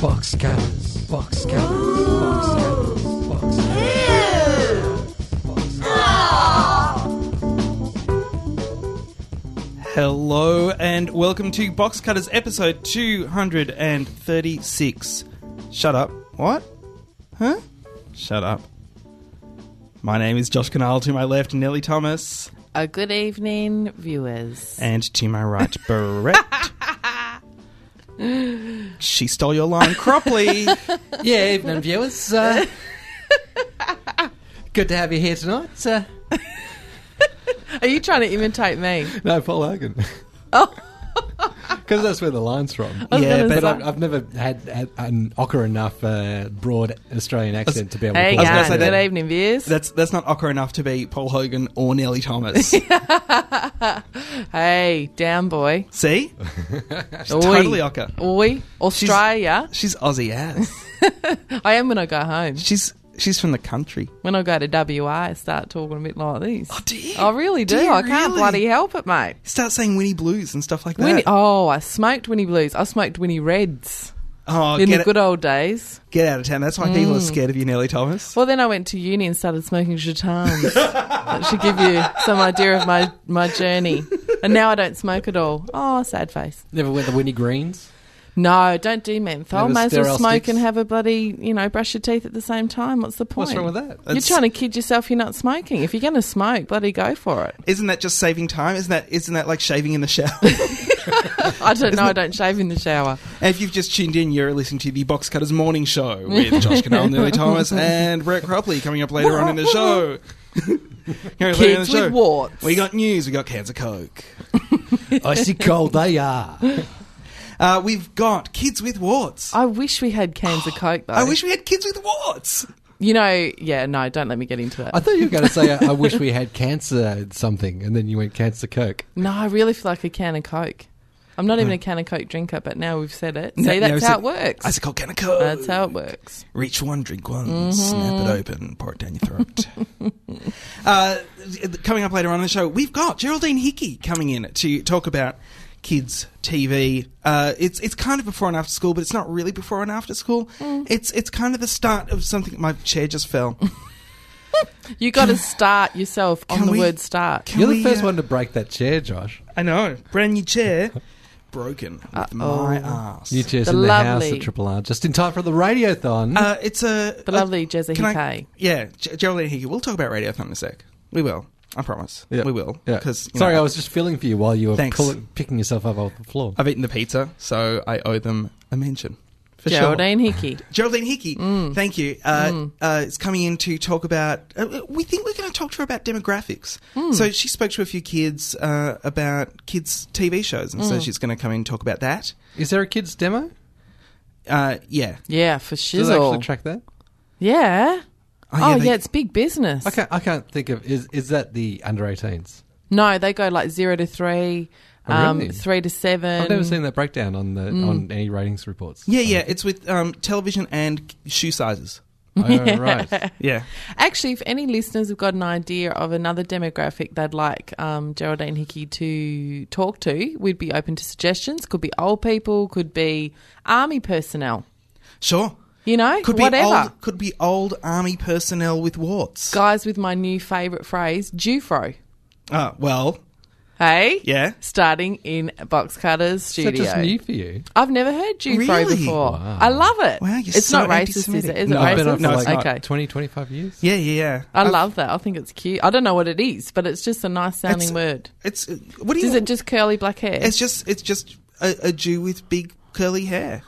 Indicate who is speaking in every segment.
Speaker 1: Box scanners. Box scanners. Box scanners. Box scanners. Box scanners.
Speaker 2: Hello and welcome to Box Cutters episode 236. Shut up. What? Huh? Shut up. My name is Josh Canal. To my left, Nellie Thomas.
Speaker 3: A good evening, viewers.
Speaker 2: And to my right, Brett. she stole your line, Cropley.
Speaker 1: Yeah, evening viewers. Uh, good to have you here tonight. Uh,
Speaker 3: Are you trying to imitate me?
Speaker 1: no, Paul Hogan.
Speaker 3: Oh.
Speaker 1: Because that's where the line's from.
Speaker 3: was
Speaker 2: Yeah,
Speaker 3: gonna
Speaker 2: but
Speaker 3: say-
Speaker 1: But I've, I've never had, had an ocker enough uh, broad Australian accent to be able to
Speaker 3: Hey
Speaker 1: call
Speaker 2: was gonna
Speaker 3: guys,
Speaker 2: say
Speaker 3: good
Speaker 1: it.
Speaker 2: that-
Speaker 3: evening, viewers.
Speaker 2: that's that's not ochre enough to be Paul Hogan or Nellie Thomas.
Speaker 3: hey, down boy.
Speaker 2: See? She's
Speaker 3: Oi.
Speaker 2: totally ochre.
Speaker 3: Oi, Australia.
Speaker 2: She's Aussie ass.
Speaker 3: I am when I go home.
Speaker 2: She's she's from the country.
Speaker 3: When I go to WA, I start talking a bit like this.
Speaker 2: Oh, do you?
Speaker 3: I really do.
Speaker 2: Do you
Speaker 3: I can't
Speaker 2: really?
Speaker 3: bloody help it, mate.
Speaker 2: Start saying Winnie Blues and stuff like that.
Speaker 3: Winnie, oh, I smoked Winnie Blues. I smoked Winnie Reds
Speaker 2: Oh,
Speaker 3: in
Speaker 2: get,
Speaker 3: the
Speaker 2: it-
Speaker 3: good old days.
Speaker 2: get out of town. That's why people are
Speaker 3: Mm.
Speaker 2: scared of you, Nellie Thomas.
Speaker 3: Well, then I went to uni and started smoking Jatans. that should give you some idea of my, my journey. And now I don't smoke at all. Oh, sad face.
Speaker 1: Never went the Winnie Greens.
Speaker 3: No, don't do menthol.
Speaker 1: Never
Speaker 3: May as
Speaker 1: sterile
Speaker 3: well smoke
Speaker 1: sticks.
Speaker 3: and have a bloody, you know, brush your teeth at the same time. What's the point?
Speaker 1: What's wrong with that?
Speaker 3: You're
Speaker 2: That's-
Speaker 3: trying to kid yourself you're not smoking. If you're going to smoke, bloody go for it.
Speaker 2: Isn't that just saving time? Isn't that isn't that like shaving in the shower?
Speaker 3: I don't know. I don't shave in the shower.
Speaker 2: and if you've just tuned in, you're listening to the Box Cutters Morning Show with Josh Canal, Nellie Thomas, and Brett Cropley coming up later on in the show. Coming up later in the
Speaker 3: Kids with warts.
Speaker 2: We got news. We got cans of Coke.
Speaker 1: Icy cold they are.
Speaker 2: Uh, we've got kids with warts.
Speaker 3: I wish we had cans of Coke, though.
Speaker 2: I wish we had kids with warts.
Speaker 3: You know, yeah, no, don't let me get into it.
Speaker 1: I thought you were going to say, I, I wish we had cancer something, and then you went cancer coke.
Speaker 3: No, I really feel like a can of Coke. I'm not even a can of Coke drinker, but now we've said it. See,
Speaker 2: No,
Speaker 3: that's
Speaker 2: no,
Speaker 3: how
Speaker 2: so-
Speaker 3: it works.
Speaker 2: That's a cold can of Coke.
Speaker 3: That's how it works.
Speaker 2: Reach one, drink one,
Speaker 1: Mm-hmm.
Speaker 2: snap it open, pour it down your throat. uh, coming up later on in the show, we've got Geraldine Hickey coming in to talk about kids TV. Uh, it's it's kind of before and after school, but it's not really before and after school.
Speaker 1: Mm.
Speaker 2: It's it's kind of the start of something. My chair just fell.
Speaker 3: You got to start yourself on
Speaker 2: Can
Speaker 3: the
Speaker 2: we-
Speaker 3: word start.
Speaker 2: Can
Speaker 1: You're
Speaker 2: we,
Speaker 1: the first
Speaker 2: uh,
Speaker 1: one to break that chair, Josh.
Speaker 2: I know, brand new chair, broken with
Speaker 3: Uh-oh.
Speaker 2: my ass.
Speaker 1: New chairs
Speaker 3: The
Speaker 1: in the house
Speaker 3: lovely- Oh,
Speaker 1: at Triple R, just in time for the radiothon.
Speaker 2: Uh, it's a uh,
Speaker 3: The lovely Jezza
Speaker 2: Can I-
Speaker 3: Hickey.
Speaker 2: yeah, G- Geraldine Hickey. We'll talk about Radiothon in a sec. We will. I promise.
Speaker 1: Yeah.
Speaker 2: We will.
Speaker 1: Yeah.
Speaker 2: Because
Speaker 1: Sorry, I was just feeling for you while you were
Speaker 2: Thanks. Uh,
Speaker 1: pulling, picking yourself up off the floor.
Speaker 2: I've eaten the pizza, so I owe them a mention. For
Speaker 3: Geraldine Hickey.
Speaker 2: sure. Geraldine Hickey, thank you. Uh, uh, is coming in to talk about. Uh, we think we're going to talk to her about demographics. So she spoke to a few kids uh, about kids' TV shows, and so she's going to come in and talk about that.
Speaker 1: Is there a kids demo?
Speaker 2: Uh, yeah.
Speaker 3: Yeah, for
Speaker 1: Does it actually
Speaker 3: shizzle.
Speaker 1: track that?
Speaker 3: yeah. Oh, yeah,
Speaker 2: they-
Speaker 3: it's big business.
Speaker 1: I can't. I can't think of. Is is that the under 18s?
Speaker 3: No, they go like zero to three,
Speaker 1: Oh,
Speaker 3: um,
Speaker 1: really?
Speaker 3: three to seven.
Speaker 1: I've never seen that breakdown on the
Speaker 3: mm.
Speaker 1: on any ratings reports.
Speaker 2: Yeah, yeah. It's with um, television and shoe sizes.
Speaker 1: Oh, right.
Speaker 2: Yeah.
Speaker 3: Actually, if any listeners have got an idea of another demographic they'd like um, Geraldine Hickey to talk to, we'd be open to suggestions. Could be old people, could be army personnel,
Speaker 2: Sure.
Speaker 3: you know,
Speaker 2: Could be
Speaker 3: whatever.
Speaker 2: old. Could be old army personnel with warts.
Speaker 3: Guys with my new favourite phrase, Jufro.
Speaker 2: Uh, well,
Speaker 3: Hey?
Speaker 2: yeah.
Speaker 3: Starting in Box Cutters
Speaker 1: Is that
Speaker 3: Studio.
Speaker 1: just new for you?
Speaker 3: I've never heard Jufro
Speaker 2: Really?
Speaker 3: before.
Speaker 1: Wow.
Speaker 3: I love it.
Speaker 2: Wow, you're
Speaker 3: it's
Speaker 2: so
Speaker 3: not racist, is
Speaker 2: anti-Semitic.
Speaker 3: it? Is
Speaker 2: No,
Speaker 3: it
Speaker 1: I've
Speaker 3: racist?
Speaker 1: been on for
Speaker 2: No,
Speaker 1: like
Speaker 2: it's
Speaker 3: okay.
Speaker 1: 20, 25 years.
Speaker 2: Yeah, yeah, yeah. Uh,
Speaker 3: I
Speaker 2: I've-
Speaker 3: love that. I think it's cute. I don't know what it is, but it's just a nice sounding
Speaker 2: It's-
Speaker 3: word.
Speaker 2: It's uh, what do you?
Speaker 3: Is it just curly black hair?
Speaker 2: It's just it's just a, a Jew with big curly hair.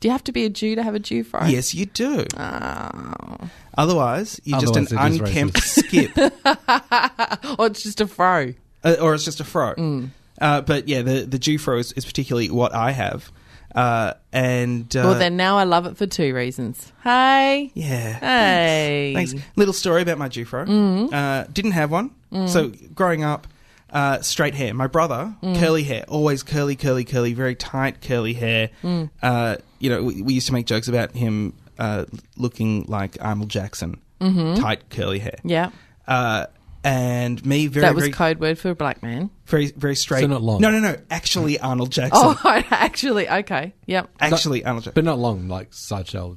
Speaker 3: Do you have to be a Jew to have a Jew fro?
Speaker 2: Yes, you do.
Speaker 3: Oh.
Speaker 2: Otherwise, you're just an
Speaker 1: Otherwise it is
Speaker 2: unkempt skip,
Speaker 3: Or it's just a fro.
Speaker 2: Uh, or it's just a fro.
Speaker 1: Mm.
Speaker 2: Uh, but yeah, the the Jew fro is, is particularly what I have, uh, and uh,
Speaker 3: well, then now I love it for two reasons. Hey.
Speaker 2: yeah.
Speaker 3: Hey.
Speaker 2: Thanks. Little story about my Jufro.
Speaker 3: Mm.
Speaker 2: Uh, didn't have one. So growing up, uh, straight hair. My brother,
Speaker 3: Mm.
Speaker 2: curly hair, always curly, curly, curly, very tight curly hair.
Speaker 3: Mm.
Speaker 2: Uh, you know, we, we used to make jokes about him
Speaker 3: Mm-hmm.
Speaker 2: uh, looking like Arnold Jackson, tight curly hair.
Speaker 3: Yeah.
Speaker 2: Uh, and me very
Speaker 3: that was
Speaker 2: very,
Speaker 3: code word for a black man.
Speaker 2: very very straight.
Speaker 1: So not long.
Speaker 2: No, no, no. Actually, Arnold Jackson.
Speaker 3: Oh, right, actually, okay, yep.
Speaker 2: Actually, Arnold Jackson.
Speaker 1: But not long, like sideshow,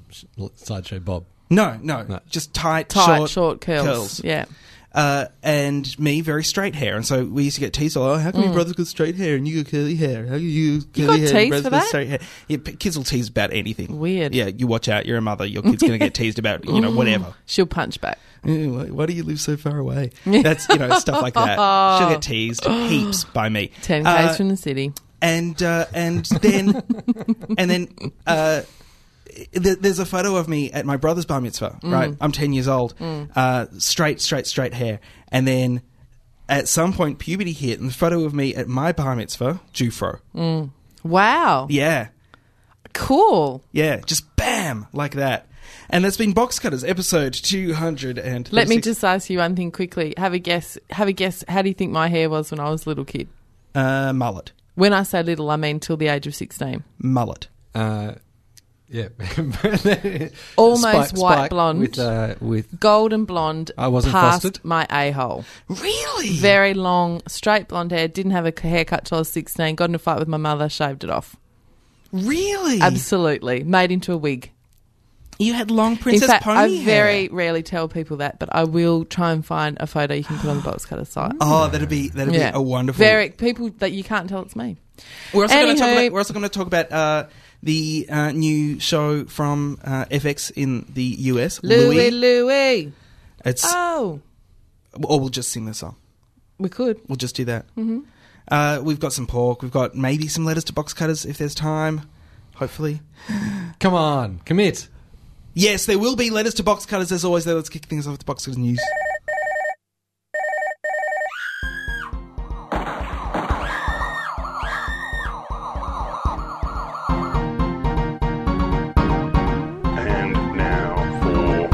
Speaker 1: sideshow Bob.
Speaker 2: No, no,
Speaker 1: No.
Speaker 2: Just tight,
Speaker 3: Tight,
Speaker 2: short,
Speaker 3: short, curls. Yeah.
Speaker 2: uh, and me very straight hair. And so we used to get teased all, oh, how come your brother's got straight hair and you got curly hair? How you got curly
Speaker 3: Mm. got
Speaker 2: hair? and
Speaker 3: teased
Speaker 2: brother's
Speaker 3: for
Speaker 2: got
Speaker 3: that?
Speaker 2: Straight hair? Yeah, p- kids will tease about anything.
Speaker 3: Weird.
Speaker 2: Yeah, you watch out. You're a mother. Your kid's going to get teased about you know whatever.
Speaker 3: She'll punch back.
Speaker 2: Eh, Why, why do you live so far away? That's you know stuff like that. She'll get teased heaps by me.
Speaker 3: 10 Ks
Speaker 2: Uh,
Speaker 3: from the city.
Speaker 2: and uh, and then and then uh, th- there's a photo of me at my brother's bar mitzvah.
Speaker 3: Mm.
Speaker 2: Right, I'm ten years old, uh, straight, straight, straight hair, and then at some point puberty hit, and the photo of me at my bar mitzvah, Jufro.
Speaker 3: Mm. Wow.
Speaker 2: Yeah,
Speaker 3: Cool.
Speaker 2: yeah, just bam like that. And that's been Box Cutters episode two hundred and.
Speaker 3: Let me just ask you one thing quickly. Have a guess. Have a guess. How do you think my hair was when I was a little kid?
Speaker 2: uh, mullet,
Speaker 3: When I say little, I mean till the age of 16.
Speaker 2: mullet.
Speaker 1: Uh, yeah,
Speaker 3: Almost
Speaker 1: Spike-
Speaker 3: white
Speaker 1: Spike
Speaker 3: blonde.
Speaker 1: with uh, with
Speaker 3: Golden blonde.
Speaker 1: I wasn't
Speaker 3: past
Speaker 1: flustered.
Speaker 3: my a hole.
Speaker 2: Really?
Speaker 3: Very long, straight blonde hair. Didn't have a c- haircut till I was 16. Got in a fight with my mother. Shaved it off.
Speaker 2: really?
Speaker 3: Absolutely. Made into a wig.
Speaker 2: you had long princess
Speaker 3: In fact,
Speaker 2: pony
Speaker 3: I
Speaker 2: hair.
Speaker 3: very rarely tell people that, but I will try and find a photo you can put on the box cutter site.
Speaker 2: Oh, that'd be that'd be a wonderful.
Speaker 3: Very people that you can't tell it's me.
Speaker 2: We're also going to talk
Speaker 3: Anywho.
Speaker 2: about, we're also going to talk about uh, the uh, new show from uh, FX in the US, Louis.
Speaker 3: Louie, Louie.
Speaker 2: It's
Speaker 3: Oh,
Speaker 2: or we'll just sing the song.
Speaker 3: we could.
Speaker 2: We'll just do that. Mm-hmm. Uh, we've got some pork. We've got maybe some letters to box cutters if there's time. Hopefully,
Speaker 1: come on, commit.
Speaker 2: yes, there will be letters to box cutters as always. Though let's kick things off with the box cutters news.
Speaker 4: And now for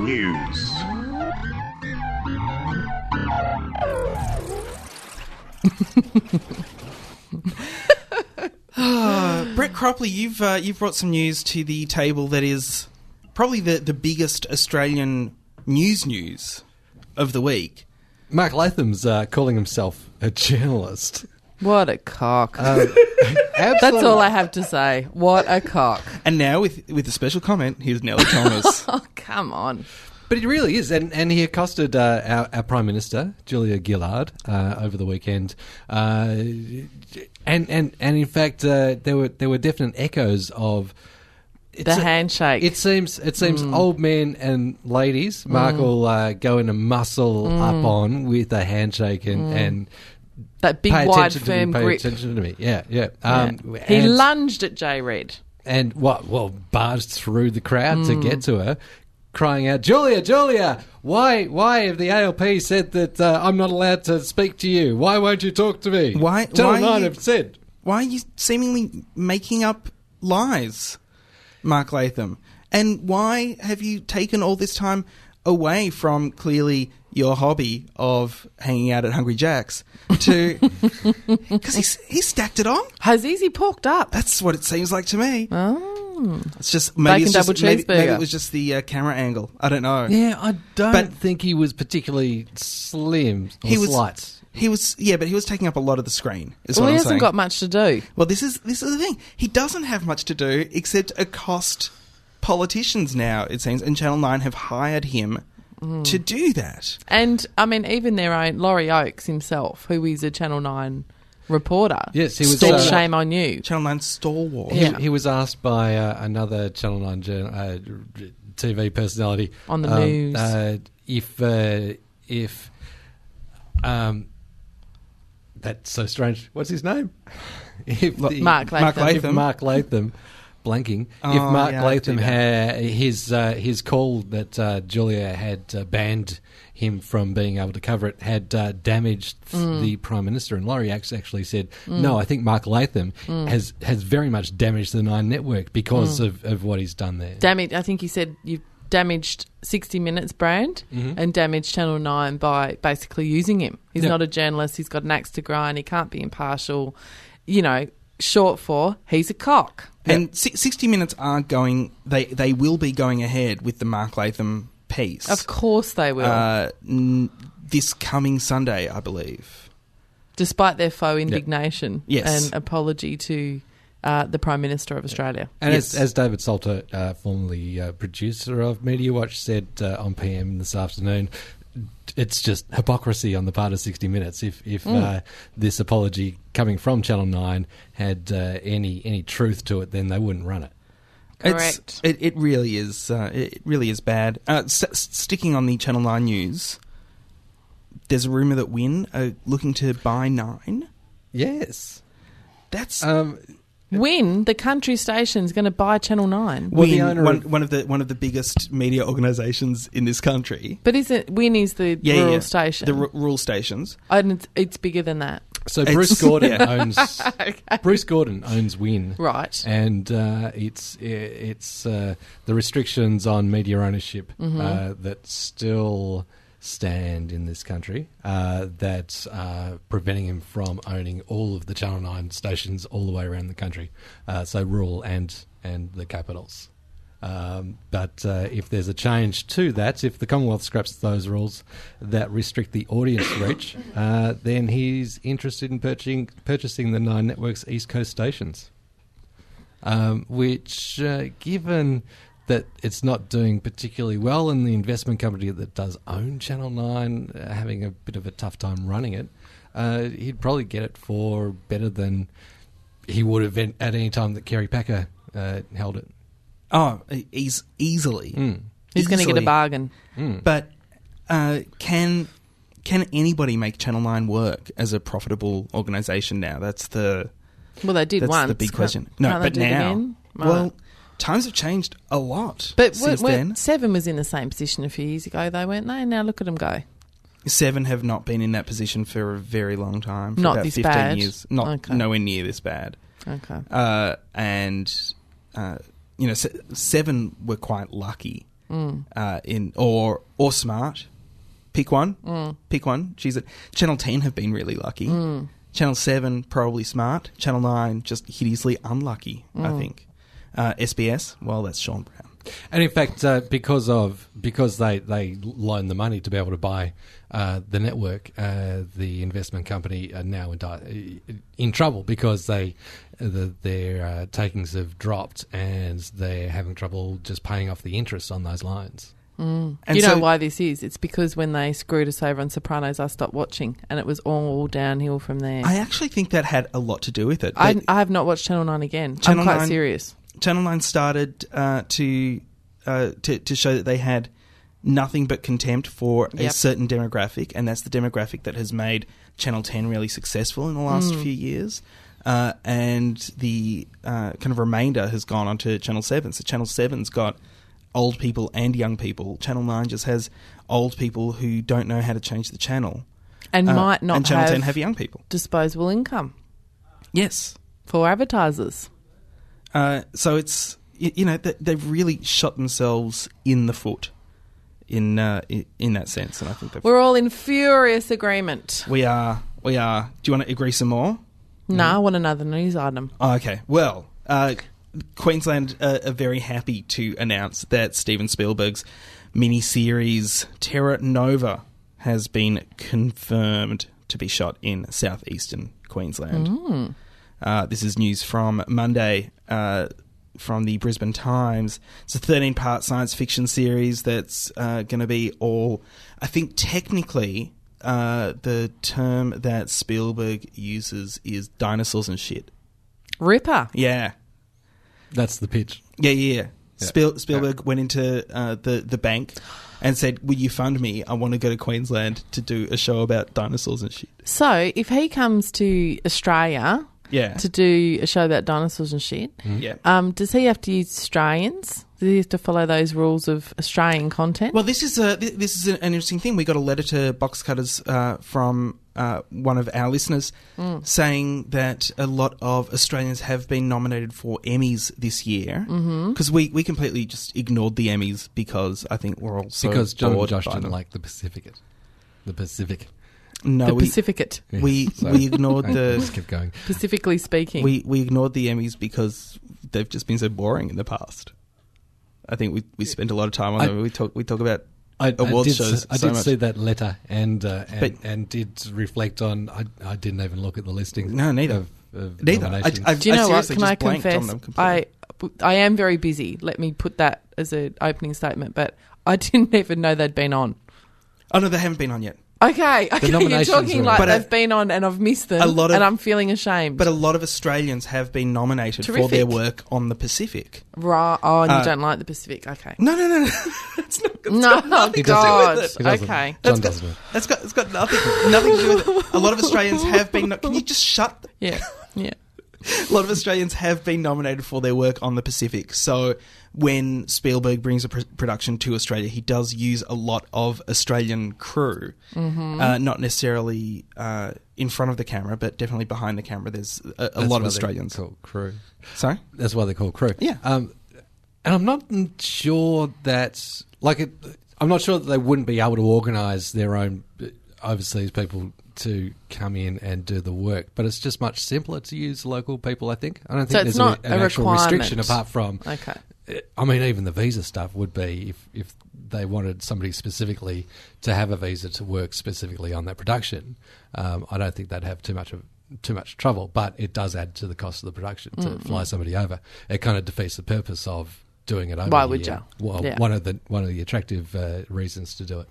Speaker 4: the news.
Speaker 2: Brett Cropley, you've uh, you've brought some news to the table that is probably the the biggest Australian news news of the week.
Speaker 1: Mark Latham's uh, calling himself a journalist.
Speaker 3: What a cock. That's
Speaker 1: Absolutely.
Speaker 3: all I have to say. What a cock.
Speaker 2: And now, with with a special comment, here's Nellie Thomas.
Speaker 3: Oh, come on.
Speaker 1: But he really is, and and he accosted uh, our, our prime minister Julia Gillard uh, over the weekend, uh, and and and in fact uh, there were there were definite echoes of it's
Speaker 3: The
Speaker 1: a-
Speaker 3: handshake. Mm.
Speaker 1: It seems it seems old men and ladies. Mark will uh, go in and muscle
Speaker 3: Mm.
Speaker 1: up on with a handshake and and
Speaker 3: that Mm. big,
Speaker 1: pay
Speaker 3: wide,
Speaker 1: attention to
Speaker 3: firm
Speaker 1: me. Pay
Speaker 3: grip.
Speaker 1: attention to me. Yeah, yeah.
Speaker 3: Yeah.
Speaker 1: Um,
Speaker 3: he
Speaker 1: and-
Speaker 3: lunged at J Red.
Speaker 1: and what well barged through the crowd to get to her crying out julia julia why why have the alp said that uh, i'm not allowed to speak to you why won't you talk to me
Speaker 2: Why-
Speaker 1: Channel
Speaker 2: why
Speaker 1: 9
Speaker 2: you-
Speaker 1: have said
Speaker 2: Why are you seemingly making up lies, Mark Latham? And why have you taken all this time away from clearly your hobby of hanging out at Hungry Jack's to because he's he's stacked it on.
Speaker 3: Has Easy porked up?
Speaker 2: That's what it seems like to me.
Speaker 3: Oh.
Speaker 2: It's just maybe
Speaker 3: Bacon
Speaker 2: it's just,
Speaker 3: double
Speaker 2: maybe, maybe
Speaker 3: cheeseburger.
Speaker 2: it was just the uh, camera angle. I don't know.
Speaker 1: yeah i don't
Speaker 2: But-
Speaker 1: think he was particularly slim or
Speaker 2: He was
Speaker 1: slight
Speaker 2: He was yeah, but he was taking up a lot of the screen. Is
Speaker 3: Well,
Speaker 2: what
Speaker 3: he
Speaker 2: I'm
Speaker 3: hasn't
Speaker 2: saying.
Speaker 3: got much to do.
Speaker 2: Well, this is this is the thing. He doesn't have much to do except accost politicians now. It seems, and Channel Nine have hired him
Speaker 3: Mm.
Speaker 2: to do that.
Speaker 3: And, I mean, even their own Laurie Oakes himself, who is a Channel 9 reporter,
Speaker 1: Yes, he was,
Speaker 3: said,
Speaker 1: uh,
Speaker 3: shame on you.
Speaker 2: Channel Nine stalwart.
Speaker 1: He-
Speaker 3: Yeah.
Speaker 1: he, was asked by uh, another Channel 9 jour- uh, TV personality
Speaker 3: On the news.
Speaker 1: uh, if uh, if um, that's so strange. What's his name? If
Speaker 2: Look,
Speaker 1: the-
Speaker 3: Mark Latham.
Speaker 2: Mark
Speaker 1: if
Speaker 2: Latham.
Speaker 1: Mark Latham blanking. if
Speaker 2: Oh,
Speaker 1: Mark
Speaker 2: yeah, I
Speaker 1: Latham
Speaker 2: do
Speaker 1: had his uh, his call that uh, Julia had uh, banned him from being able to cover it had uh, damaged th- the prime minister, and Laurie Axe actually said, "No, I think Mark Latham has has very much damaged the Nine Network because of, of what he's done there."
Speaker 3: damage. I think he said you've damaged 60 Minutes brand and damaged Channel 9 by basically using him. He's
Speaker 1: Yeah.
Speaker 3: not a journalist. He's got an axe to grind. He can't be impartial. You know, short for he's a cock.
Speaker 2: And si- sixty minutes are going. They they will be going ahead with the Mark Latham piece.
Speaker 3: Of course they will.
Speaker 2: Uh, n- this coming Sunday, I believe.
Speaker 3: despite their faux indignation
Speaker 2: Yes.
Speaker 3: and apology to uh, the Prime Minister of Australia.
Speaker 1: And
Speaker 2: Yes.
Speaker 1: as, as David Salter, uh, formerly uh, producer of Media Watch, said uh, on PM this afternoon, it's just hypocrisy on the part of 60 Minutes. If if
Speaker 2: Mm.
Speaker 1: uh, this apology coming from Channel Nine had uh, any any truth to it, then they wouldn't run it.
Speaker 3: Correct.
Speaker 2: It's, it, it really is. Uh, it really is bad. Uh, s- s- sticking on the Channel Nine news, there's a rumor that Win are looking to buy Nine.
Speaker 1: Yes.
Speaker 2: That's
Speaker 1: Um,
Speaker 3: When the country station's going to buy Channel 9.
Speaker 1: well, the
Speaker 2: Win,
Speaker 1: owner
Speaker 2: one,
Speaker 1: of-
Speaker 2: one of the one of the biggest media organisations in this country.
Speaker 3: But isn't Win is the
Speaker 2: Yeah, yeah,
Speaker 3: rural
Speaker 2: yeah.
Speaker 3: station?
Speaker 2: The r- rural stations.
Speaker 3: and it's, it's bigger than that.
Speaker 1: so
Speaker 2: It's-
Speaker 1: Bruce Gordon
Speaker 2: yeah.
Speaker 1: owns Bruce Gordon owns Win.
Speaker 3: Right.
Speaker 1: and uh, it's it's uh, the restrictions on media ownership uh, that still stand in this country uh, that are preventing him from owning all of the Channel Nine stations all the way around the country, uh, so rural and and the capitals. Um, but uh, if there's a change to that, if the Commonwealth scraps those rules that restrict the audience reach, uh, then he's interested in purchasing, purchasing the Nine Network's East Coast stations um, which, uh, given that it's not doing particularly well, and the investment company that does own Channel 9 uh, having a bit of a tough time running it, uh, he'd probably get it for better than he would have been at any time that Kerry Packer uh, held it.
Speaker 2: Oh, e- eas easily.
Speaker 1: Hmm.
Speaker 3: He's going to get a
Speaker 2: Easily.
Speaker 3: bargain.
Speaker 2: But uh, can can anybody make Channel Nine work as a profitable organisation now? That's the
Speaker 3: Well, they did
Speaker 2: that's
Speaker 3: once.
Speaker 2: the big
Speaker 3: Can't-
Speaker 2: question. No,
Speaker 3: can't they
Speaker 2: but
Speaker 3: do it
Speaker 2: now,
Speaker 3: again? Right.
Speaker 2: well, times have changed a lot.
Speaker 3: but
Speaker 2: since
Speaker 3: weren't-
Speaker 2: then,
Speaker 3: Seven was in the same position a few years ago, though, weren't they? Now look at them go.
Speaker 2: Seven have not been in that position for a very long time. For
Speaker 3: Not
Speaker 2: about
Speaker 3: this
Speaker 2: fifteen
Speaker 3: bad.
Speaker 2: years. Not
Speaker 3: Okay.
Speaker 2: nowhere near this bad.
Speaker 3: Okay.
Speaker 2: Uh, and uh, you know, se- seven were quite lucky
Speaker 3: Mm.
Speaker 2: uh, in or or smart. Pick one.
Speaker 3: Mm.
Speaker 2: Pick one. She's at Channel Ten have been really lucky. Channel Seven probably smart. Channel Nine just hideously unlucky.
Speaker 3: Mm.
Speaker 2: I think. Uh, SBS. Well, that's Sean Brown.
Speaker 1: And in fact, uh, because of because they they loan the money to be able to buy uh, the network, uh, the investment company are now in, di- in trouble because they the, their uh, takings have dropped and they're having trouble just paying off the interest on those loans.
Speaker 2: And
Speaker 3: you know
Speaker 2: so-
Speaker 3: why this is? It's because when they screwed us over on Sopranos, I stopped watching, and it was all downhill from there.
Speaker 2: I actually think that had a lot to do with it.
Speaker 3: I,
Speaker 2: They-
Speaker 3: I have not watched Channel Nine again.
Speaker 2: Channel
Speaker 3: I'm quite
Speaker 2: 9
Speaker 3: serious.
Speaker 2: Channel Nine started uh, to, uh, to to show that they had nothing but contempt for a
Speaker 3: Yep.
Speaker 2: certain demographic, and that's the demographic that has made Channel Ten really successful in the last
Speaker 3: Mm.
Speaker 2: few years. Uh, and the uh, kind of remainder has gone on to Channel Seven. So Channel Seven's got old people and young people. Channel Nine just has old people who don't know how to change the channel,
Speaker 3: And
Speaker 2: Uh,
Speaker 3: might not
Speaker 2: And Channel
Speaker 3: have,
Speaker 2: Ten have young people.
Speaker 3: disposable income
Speaker 2: Yes.
Speaker 3: for advertisers.
Speaker 2: Uh, so it's you, you know they, they've really shot themselves in the foot in uh, in, in that sense, and I think they've,
Speaker 3: We're all in furious agreement.
Speaker 2: we are we are. Do you want to agree some more? Mm-hmm.
Speaker 3: No, I want another news item.
Speaker 2: Oh, okay. Well, uh, Queensland uh, are very happy to announce that Steven Spielberg's miniseries Terra Nova has been confirmed to be shot in southeastern Queensland. Uh, this is news from Monday uh, from the Brisbane Times. It's a 13 part science fiction series that's uh, going to be all, I think, technically. Uh, the term that Spielberg uses is dinosaurs and shit.
Speaker 3: Ripper.
Speaker 2: Yeah,
Speaker 1: That's the pitch.
Speaker 2: yeah, yeah. yeah. Spiel, Spielberg went into uh, the the bank and said, "Will you fund me? I want to go to Queensland to do a show about dinosaurs and shit."
Speaker 3: So if he comes to Australia
Speaker 2: Yeah, Mm-hmm.
Speaker 3: to do a show about dinosaurs and shit,
Speaker 2: yeah.
Speaker 3: um, does he have to use Australians? Does he have to follow those rules of Australian content?
Speaker 2: Well, this is a thi- this is an interesting thing. We got a letter to box cutters uh, from uh, one of our listeners
Speaker 3: Mm.
Speaker 2: saying that a lot of Australians have been nominated for Emmys this year
Speaker 3: Mm-hmm.
Speaker 2: because we, we completely just ignored the Emmys because I think we're all so
Speaker 1: Because John and
Speaker 2: bored
Speaker 1: Josh
Speaker 2: by
Speaker 1: didn't
Speaker 2: them.
Speaker 1: like the Pacific. The Pacific.
Speaker 2: no
Speaker 3: the
Speaker 2: we,
Speaker 3: Pacificate,
Speaker 2: we,
Speaker 1: So-
Speaker 2: we ignored
Speaker 1: I
Speaker 2: the
Speaker 1: just kept going.
Speaker 3: specifically speaking.
Speaker 2: we we ignored the Emmys because they've just been so boring in the past. I think we we spent a lot of time on
Speaker 1: I-
Speaker 2: them. We talk we talk about
Speaker 1: I,
Speaker 2: awards
Speaker 1: I did,
Speaker 2: shows
Speaker 1: s- I
Speaker 2: so
Speaker 1: did
Speaker 2: much.
Speaker 1: see that letter and uh, and,
Speaker 2: But-
Speaker 1: and did reflect on. I, I didn't even look at the listing.
Speaker 2: No, neither.
Speaker 1: Of, of
Speaker 2: Neither. I,
Speaker 1: nominations.
Speaker 2: I've,
Speaker 3: Do you know
Speaker 2: I
Speaker 3: what?
Speaker 2: seriously
Speaker 3: Can I
Speaker 2: just blanked
Speaker 3: confess?
Speaker 2: on them completely.
Speaker 3: I I am very busy. Let me put that as an opening statement. But I didn't even know they'd been on.
Speaker 2: oh no, they haven't been on yet.
Speaker 3: Okay, okay you're
Speaker 1: nominations
Speaker 3: talking
Speaker 1: were-
Speaker 3: like
Speaker 2: But, uh,
Speaker 3: they've been on and I've missed them,
Speaker 2: a lot of-
Speaker 3: and I'm feeling ashamed.
Speaker 2: But a lot of Australians have been nominated for
Speaker 3: Terrific.
Speaker 2: their work on the Pacific.
Speaker 3: Ra- oh, and you
Speaker 2: Uh,
Speaker 3: don't like the Pacific. Okay.
Speaker 2: No, no, no, no. It's not, it's
Speaker 3: No, oh,
Speaker 2: got nothing to do
Speaker 3: God.
Speaker 2: with it.
Speaker 1: He doesn't.
Speaker 3: okay.
Speaker 1: John
Speaker 2: That's got-
Speaker 1: doesn't.
Speaker 2: It's got, it's got nothing, nothing to do with it. A lot of Australians have been. No- Can you just shut? the-
Speaker 3: Yeah, yeah.
Speaker 2: A lot of Australians have been nominated for their work on the Pacific. So when Spielberg brings a pr- production to Australia, he does use a lot of Australian crew, uh, not necessarily uh, in front of the camera, but definitely behind the camera. There's a, a
Speaker 1: That's
Speaker 2: lot
Speaker 1: why
Speaker 2: of
Speaker 1: they
Speaker 2: Australians.
Speaker 1: call crew.
Speaker 2: Sorry.
Speaker 1: That's why they call crew.
Speaker 2: Yeah.
Speaker 1: Um, and I'm not sure that's like it, I'm not sure that they wouldn't be able to organise their own uh, overseas people to come in and do the work, but it's just much simpler to use local people. I think. I don't think
Speaker 3: So it's
Speaker 1: there's
Speaker 3: not
Speaker 1: a,
Speaker 3: a
Speaker 1: an actual
Speaker 3: requirement.
Speaker 1: restriction apart from.
Speaker 3: Okay.
Speaker 1: I mean, even the visa stuff would be if if they wanted somebody specifically to have a visa to work specifically on that production. Um, I don't think they'd have too much of too much trouble, but it does add to the cost of the production to
Speaker 3: Mm-hmm.
Speaker 1: fly somebody over. It kind of defeats the purpose of doing it over.
Speaker 3: Why would
Speaker 1: here.
Speaker 3: ya?
Speaker 1: Well,
Speaker 3: Yeah.
Speaker 1: one of the one of the attractive uh, reasons to do it.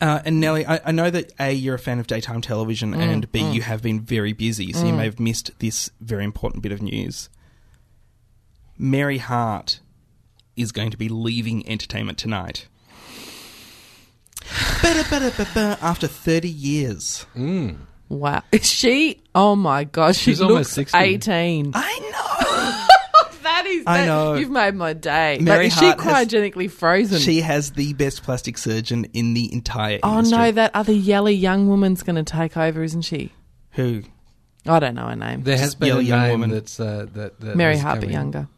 Speaker 2: Uh, and Nelly, I, I know that A, you're a fan of daytime television,
Speaker 3: Mm,
Speaker 2: and B, you have been very busy, so you may have missed this very important bit of news. Mary Hart is going to be leaving entertainment tonight. Ba-da-ba-da-ba-ba, After 30 years.
Speaker 3: Mm. Wow. Is she? Oh my gosh. She
Speaker 1: She's
Speaker 3: looks
Speaker 1: almost 60.
Speaker 3: 18.
Speaker 2: I
Speaker 3: That is.
Speaker 2: I
Speaker 3: that-
Speaker 2: know.
Speaker 3: You've made my day.
Speaker 2: Mary
Speaker 3: like, is
Speaker 2: Hart
Speaker 3: she
Speaker 2: has-
Speaker 3: cryogenically
Speaker 2: know.
Speaker 3: frozen?
Speaker 2: she has the best plastic surgeon in the entire
Speaker 3: oh
Speaker 2: industry.
Speaker 3: no, that other yelly young woman's going to take over, isn't she?
Speaker 2: Who?
Speaker 3: I don't know her name.
Speaker 1: There has been
Speaker 2: yell
Speaker 1: a
Speaker 2: young
Speaker 1: name
Speaker 2: woman.
Speaker 1: that's uh, that, that
Speaker 3: Mary
Speaker 1: has
Speaker 3: Hart, but
Speaker 1: come in
Speaker 3: younger.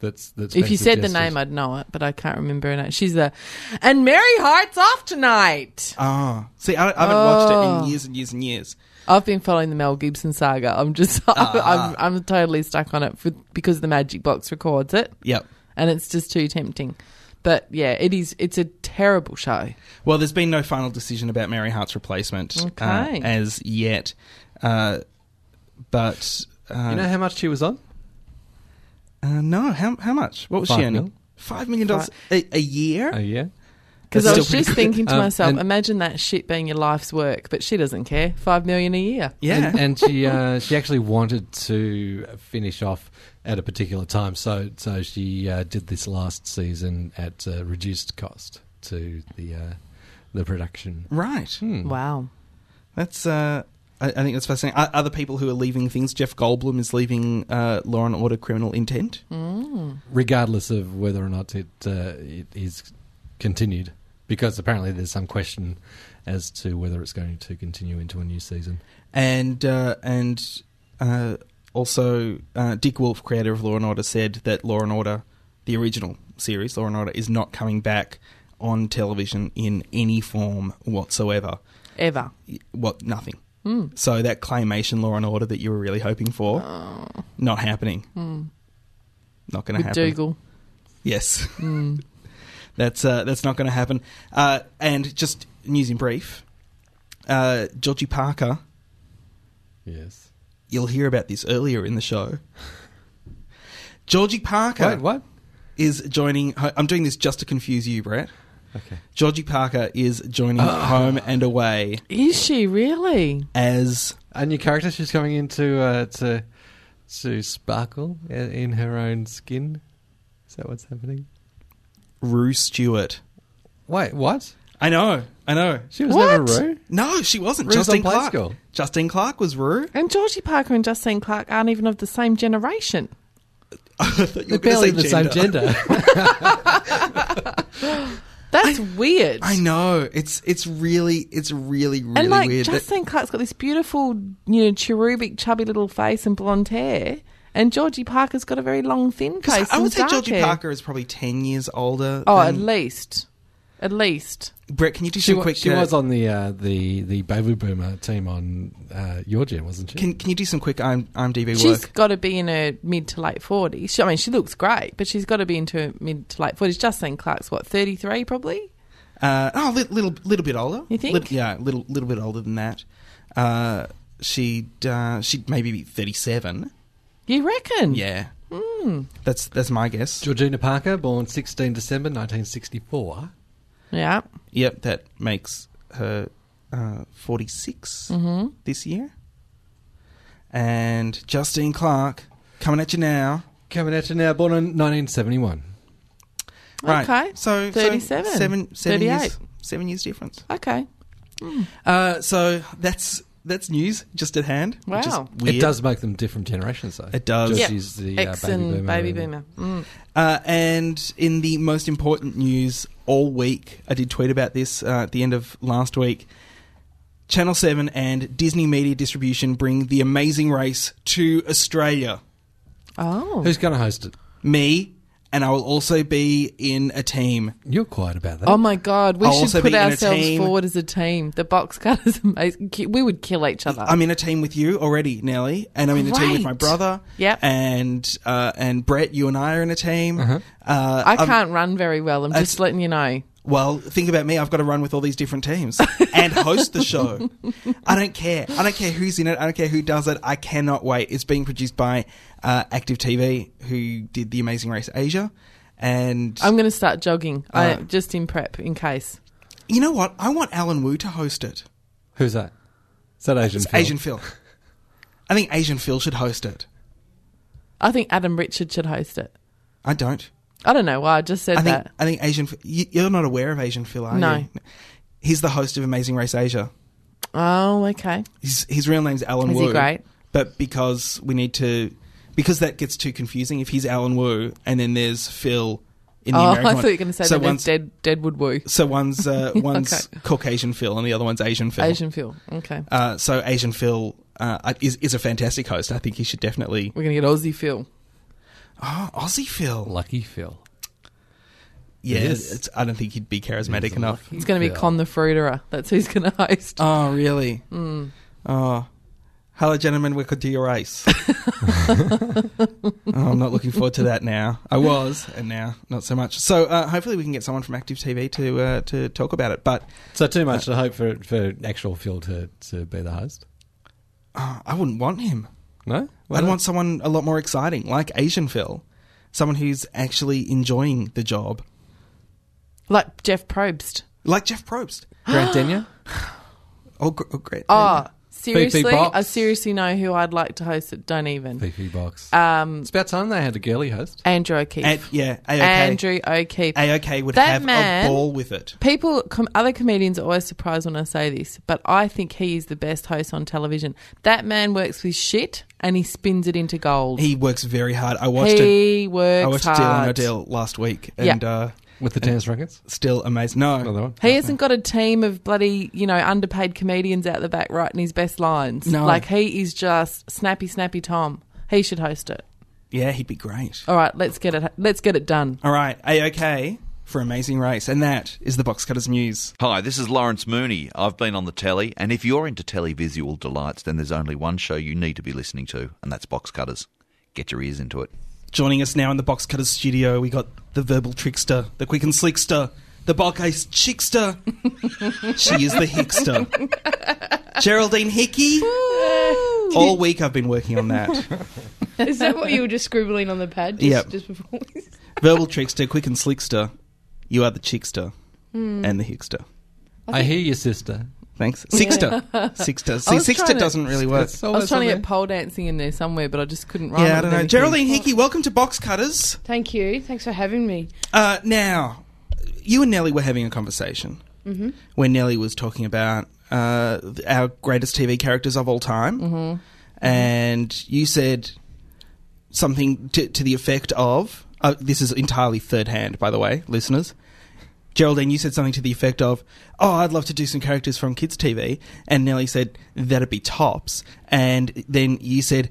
Speaker 1: That's that's
Speaker 3: If
Speaker 1: been
Speaker 3: you said the
Speaker 1: suggested.
Speaker 3: name, I'd know it, but I can't remember her name. She's the. And Mary Hart's off tonight.
Speaker 2: Ah, see, I, I haven't
Speaker 3: Oh.
Speaker 2: watched it in years and years and years.
Speaker 3: I've been following the Mel Gibson saga. I'm just.
Speaker 2: Ah.
Speaker 3: I'm, I'm, totally stuck on it for, because the Magic Box records it,
Speaker 2: Yep.
Speaker 3: and it's just too tempting. But yeah, it is. It's a terrible show.
Speaker 2: Well, there's been no final decision about Mary Hart's replacement uh,
Speaker 3: Okay.
Speaker 2: as yet, uh, but uh,
Speaker 1: You know how much she was on?
Speaker 2: uh, no. How how much? What was she
Speaker 1: Five
Speaker 2: earning?
Speaker 1: mil.
Speaker 2: Five million dollars a, a year.
Speaker 1: Oh yeah.
Speaker 3: Because
Speaker 2: That's
Speaker 3: I was
Speaker 2: still pretty good.
Speaker 3: just thinking to
Speaker 1: Um,
Speaker 3: myself,
Speaker 1: and-
Speaker 3: imagine that shit being your life's work, but she doesn't care. Five million a year.
Speaker 2: Yeah.
Speaker 1: and, and she uh, she actually wanted to finish off at a particular time, so so she uh, did this last season at uh, reduced cost to the uh, the production.
Speaker 2: right.
Speaker 1: Hmm.
Speaker 3: Wow.
Speaker 2: That's. Uh, I, I think that's fascinating. O- Other people who are leaving things. Jeff Goldblum is leaving uh, Law and Order: Criminal Intent.
Speaker 3: Mm.
Speaker 1: regardless of whether or not it uh, it is continued, because apparently there's some question as to whether it's going to continue into a new season.
Speaker 2: and uh, and uh, also uh, Dick Wolf, creator of Law and Order, said that Law and Order, the original series, Law and Order, is not coming back on television in any form whatsoever.
Speaker 3: Ever.
Speaker 2: Y- What nothing.
Speaker 3: Hmm.
Speaker 2: So that claymation Law and Order that you were really hoping for, not happening. Not going to
Speaker 3: Oh. Hmm. With
Speaker 2: happen.
Speaker 3: Dougal. Hmm.
Speaker 2: Yes. that's uh, that's not going to happen. Uh, and just news in brief, uh, Georgie Parker
Speaker 1: Yes.
Speaker 2: you'll hear about this earlier in the show. Georgie
Speaker 1: Wait,
Speaker 2: Parker
Speaker 1: what?
Speaker 2: is joining. Ho- I'm doing this just to confuse you, Brett.
Speaker 1: Okay.
Speaker 2: Georgie Parker is joining Home and Away
Speaker 3: Is she really?
Speaker 2: as
Speaker 1: A new character she's coming into uh, to to sparkle i- in her own skin. Is that what's happening?
Speaker 2: Rue Stewart.
Speaker 1: Wait, what?
Speaker 2: I know, I know.
Speaker 1: She was
Speaker 3: What?
Speaker 1: never Rue.
Speaker 2: No, she wasn't.
Speaker 1: Rue's
Speaker 2: Justine
Speaker 1: on Play
Speaker 2: Clark.
Speaker 1: School.
Speaker 2: Justine Clark was Rue.
Speaker 3: And Georgie Parker and Justine Clark aren't even of the same generation.
Speaker 2: I thought you
Speaker 1: They're
Speaker 2: were gonna
Speaker 1: barely
Speaker 2: say
Speaker 1: the same gender.
Speaker 3: That's weird.
Speaker 2: I know. It's it's really it's really really
Speaker 3: and like
Speaker 2: weird. that-
Speaker 3: Justine Clark's got this beautiful, you know, cherubic, chubby little face and blonde hair, and Georgie Parker's got a very long, thin
Speaker 2: 'cause
Speaker 3: face.
Speaker 2: I would
Speaker 3: and
Speaker 2: say
Speaker 3: dark
Speaker 2: Georgie
Speaker 3: hair.
Speaker 2: Parker is probably ten years older.
Speaker 3: Oh, at
Speaker 2: than-
Speaker 3: least, at least.
Speaker 2: Brett, can you do
Speaker 1: she
Speaker 2: some
Speaker 1: wa-
Speaker 2: quick?
Speaker 1: she
Speaker 2: uh,
Speaker 1: was on the uh, the the baby boomer team on uh, your jam, wasn't she?
Speaker 2: Can can you do some quick IM, IMDb
Speaker 3: She's
Speaker 2: work?
Speaker 3: got to be in her mid to late forties. She- I mean, she looks great, but she's got to be into her mid to late forties. Justine Clark's what thirty three, probably.
Speaker 2: Uh, oh, li- little little bit older.
Speaker 3: You think?
Speaker 2: Lit- yeah, little little bit older than that. Uh, she'd uh, she'd maybe be thirty seven.
Speaker 3: You reckon?
Speaker 2: Yeah,
Speaker 3: Hmm.
Speaker 2: that's that's my guess.
Speaker 1: Georgina Parker, born 16 December 1964.
Speaker 3: Yeah.
Speaker 2: Yep, that makes her uh, 46
Speaker 3: Mm-hmm.
Speaker 2: this year. And Justine Clark coming at you now.
Speaker 1: Coming at you now, born in 1971.
Speaker 3: Okay.
Speaker 2: So so
Speaker 3: 37,
Speaker 2: seven, seven years,
Speaker 3: 38.
Speaker 2: seven years difference.
Speaker 3: Okay.
Speaker 2: Uh, so that's that's news just at hand. which is
Speaker 3: Wow.
Speaker 2: weird.
Speaker 1: It does make them different generations, though.
Speaker 2: It does.
Speaker 1: Just
Speaker 3: Yeah.
Speaker 1: use the uh,
Speaker 3: X
Speaker 1: baby
Speaker 3: and
Speaker 1: boomer.
Speaker 3: baby
Speaker 1: and-
Speaker 3: boomer. Mm.
Speaker 2: Uh, and in the most important news all week, I did tweet about this uh, at the end of last week. Channel 7 and Disney Media Distribution bring The Amazing Race to Australia.
Speaker 3: Oh.
Speaker 1: Who's going to host it?
Speaker 2: Me, and I will also be in a team.
Speaker 1: You're quiet about that.
Speaker 3: Oh my God! We
Speaker 2: I'll also
Speaker 3: should
Speaker 2: be
Speaker 3: put
Speaker 2: in a
Speaker 3: ourselves
Speaker 2: team.
Speaker 3: forward as a team. The box cut is amazing. Ki- We would kill each other.
Speaker 2: I'm in a team with you already, Nelly, and I'm in a team with my
Speaker 3: Great.
Speaker 2: brother.
Speaker 3: Yep.
Speaker 2: And uh, and Brett, you and I are in a team. uh
Speaker 3: I
Speaker 2: I'm-
Speaker 3: can't run very well. I'm just letting you know.
Speaker 2: Well, think about me. I've got to run with all these different teams and host the show. I don't care. I don't care who's in it. I don't care who does it. I cannot wait. It's being produced by uh, Active TV, who did The Amazing Race Asia. And
Speaker 3: I'm going to start jogging. I,
Speaker 2: Alright.
Speaker 3: just in prep, in case.
Speaker 2: you know what? I want Alan Wu to host it.
Speaker 1: Who's that? Is that Asian?
Speaker 2: It's
Speaker 1: Phil?
Speaker 2: Asian Phil. I think Asian Phil should host it.
Speaker 3: I think Adam Richard should host it.
Speaker 2: I don't.
Speaker 3: I don't know why I just said
Speaker 2: I think
Speaker 3: that.
Speaker 2: I think Asian. Ph- you- You're not aware of Asian Phil, are
Speaker 3: No.
Speaker 2: you? He's the host of Amazing Race Asia.
Speaker 3: Oh, okay.
Speaker 2: His his real name's Alan
Speaker 3: Is he
Speaker 2: Wu.
Speaker 3: great?
Speaker 2: But because we need to, because that gets too confusing. If he's Alan Wu and then there's Phil in the
Speaker 3: Oh,
Speaker 2: American
Speaker 3: I thought you
Speaker 2: one.
Speaker 3: were going to say
Speaker 2: so
Speaker 3: that there's
Speaker 2: one's,
Speaker 3: dead Deadwood Woo,
Speaker 2: So one's uh, one's Caucasian Phil and the other one's Asian Phil.
Speaker 3: Asian Phil. Okay,
Speaker 2: Uh, so Asian Phil uh, is is a fantastic host. I think he should definitely.
Speaker 3: we're going to get Aussie Phil.
Speaker 2: Oh, Aussie Phil.
Speaker 1: Lucky Phil.
Speaker 2: Yeah,
Speaker 1: It is.
Speaker 2: it's, I don't think he'd be charismatic
Speaker 1: He's a
Speaker 2: enough.
Speaker 1: lucky
Speaker 3: It's going to be
Speaker 1: Phil.
Speaker 3: Con the Fruiterer. That's who's going to host.
Speaker 2: Oh, really?
Speaker 3: Hmm.
Speaker 2: Oh. Hello, gentlemen, we could do your race. Oh, I'm not looking forward to that now. I was, and now not so much. So uh, hopefully we can get someone from Active TV to uh, to talk about it. But
Speaker 1: So too much to hope for for actual Phil to, to be the host.
Speaker 2: uh, I wouldn't want him.
Speaker 1: No, Why
Speaker 2: I'd
Speaker 1: not?
Speaker 2: want someone a lot more exciting, like Asian Phil, someone who's actually enjoying the job,
Speaker 3: Like Jeff Probst.
Speaker 2: like Jeff Probst.
Speaker 1: Grant Denyer.
Speaker 2: Oh, gr- oh great!
Speaker 3: Oh, seriously?
Speaker 1: Box.
Speaker 3: I seriously know who I'd like to host it. Don't even.
Speaker 1: PP Box.
Speaker 3: Um,
Speaker 1: it's about time they had a girly host.
Speaker 3: Andrew O'Keefe.
Speaker 2: And- yeah, AOK.
Speaker 3: Andrew O'Keefe.
Speaker 2: AOK would
Speaker 3: That
Speaker 2: have
Speaker 3: man-
Speaker 2: a ball with it.
Speaker 3: People, com- other comedians are always surprised when I say this, but I think he is the best host on television. That man works with shit and he spins it into gold. He,
Speaker 2: He works very hard. I watched it.
Speaker 3: works
Speaker 2: I watched
Speaker 3: hard.
Speaker 2: Deal or No Deal last week, and
Speaker 3: Yeah.
Speaker 2: uh,
Speaker 1: With the Dance Rockets?
Speaker 2: still amazed. No,
Speaker 1: Another one.
Speaker 3: He hasn't got a team of bloody, you know, underpaid comedians out the back writing his best lines.
Speaker 2: No.
Speaker 3: Like he is just snappy, snappy Tom. He should host it.
Speaker 2: yeah, he'd be great.
Speaker 3: All right, let's get it. Let's get it done.
Speaker 2: All right, AOK for Amazing Race, and that is the Box Cutters news.
Speaker 5: Hi, this is Lawrence Mooney. I've been on the telly, and if you're into televisual delights, then there's only one show you need to be listening to, and that's Box Cutters. Get your ears into it.
Speaker 2: Joining us now in the Box Cutters studio, we got the verbal trickster, the quick and slickster, the bulkace chickster. she is the hickster, Geraldine Hickey. All week I've been working on that.
Speaker 6: Is that what you were just scribbling on the pad? Just,
Speaker 2: Yep.
Speaker 6: just before. we-
Speaker 2: verbal trickster, quick and slickster. You are the chickster
Speaker 6: Hmm.
Speaker 2: and the hickster.
Speaker 1: I, hear your sister.
Speaker 2: Thanks, sixter, sixter. See,
Speaker 3: was
Speaker 2: sixter
Speaker 3: trying to-
Speaker 2: doesn't really work.
Speaker 1: That's
Speaker 3: I
Speaker 1: always
Speaker 3: was trying to
Speaker 1: on
Speaker 3: get
Speaker 1: there.
Speaker 3: pole dancing in there somewhere, but I just couldn't rhyme.
Speaker 2: Yeah, I
Speaker 3: it with
Speaker 2: don't know.
Speaker 3: anything.
Speaker 2: Geraldine Hickey, welcome to Box Cutters.
Speaker 6: Thank you. Thanks for having me.
Speaker 2: Uh, now, you and Nelly were having a conversation where Nelly was talking about uh, th- our greatest TV characters of all time. Mm-hmm. And you said something to, to the effect of uh, this is entirely third hand, by the way, listeners. Geraldine, you said something to the effect of, "Oh, I'd love to do some characters from kids' TV," and Nellie said that'd be tops. And then you said,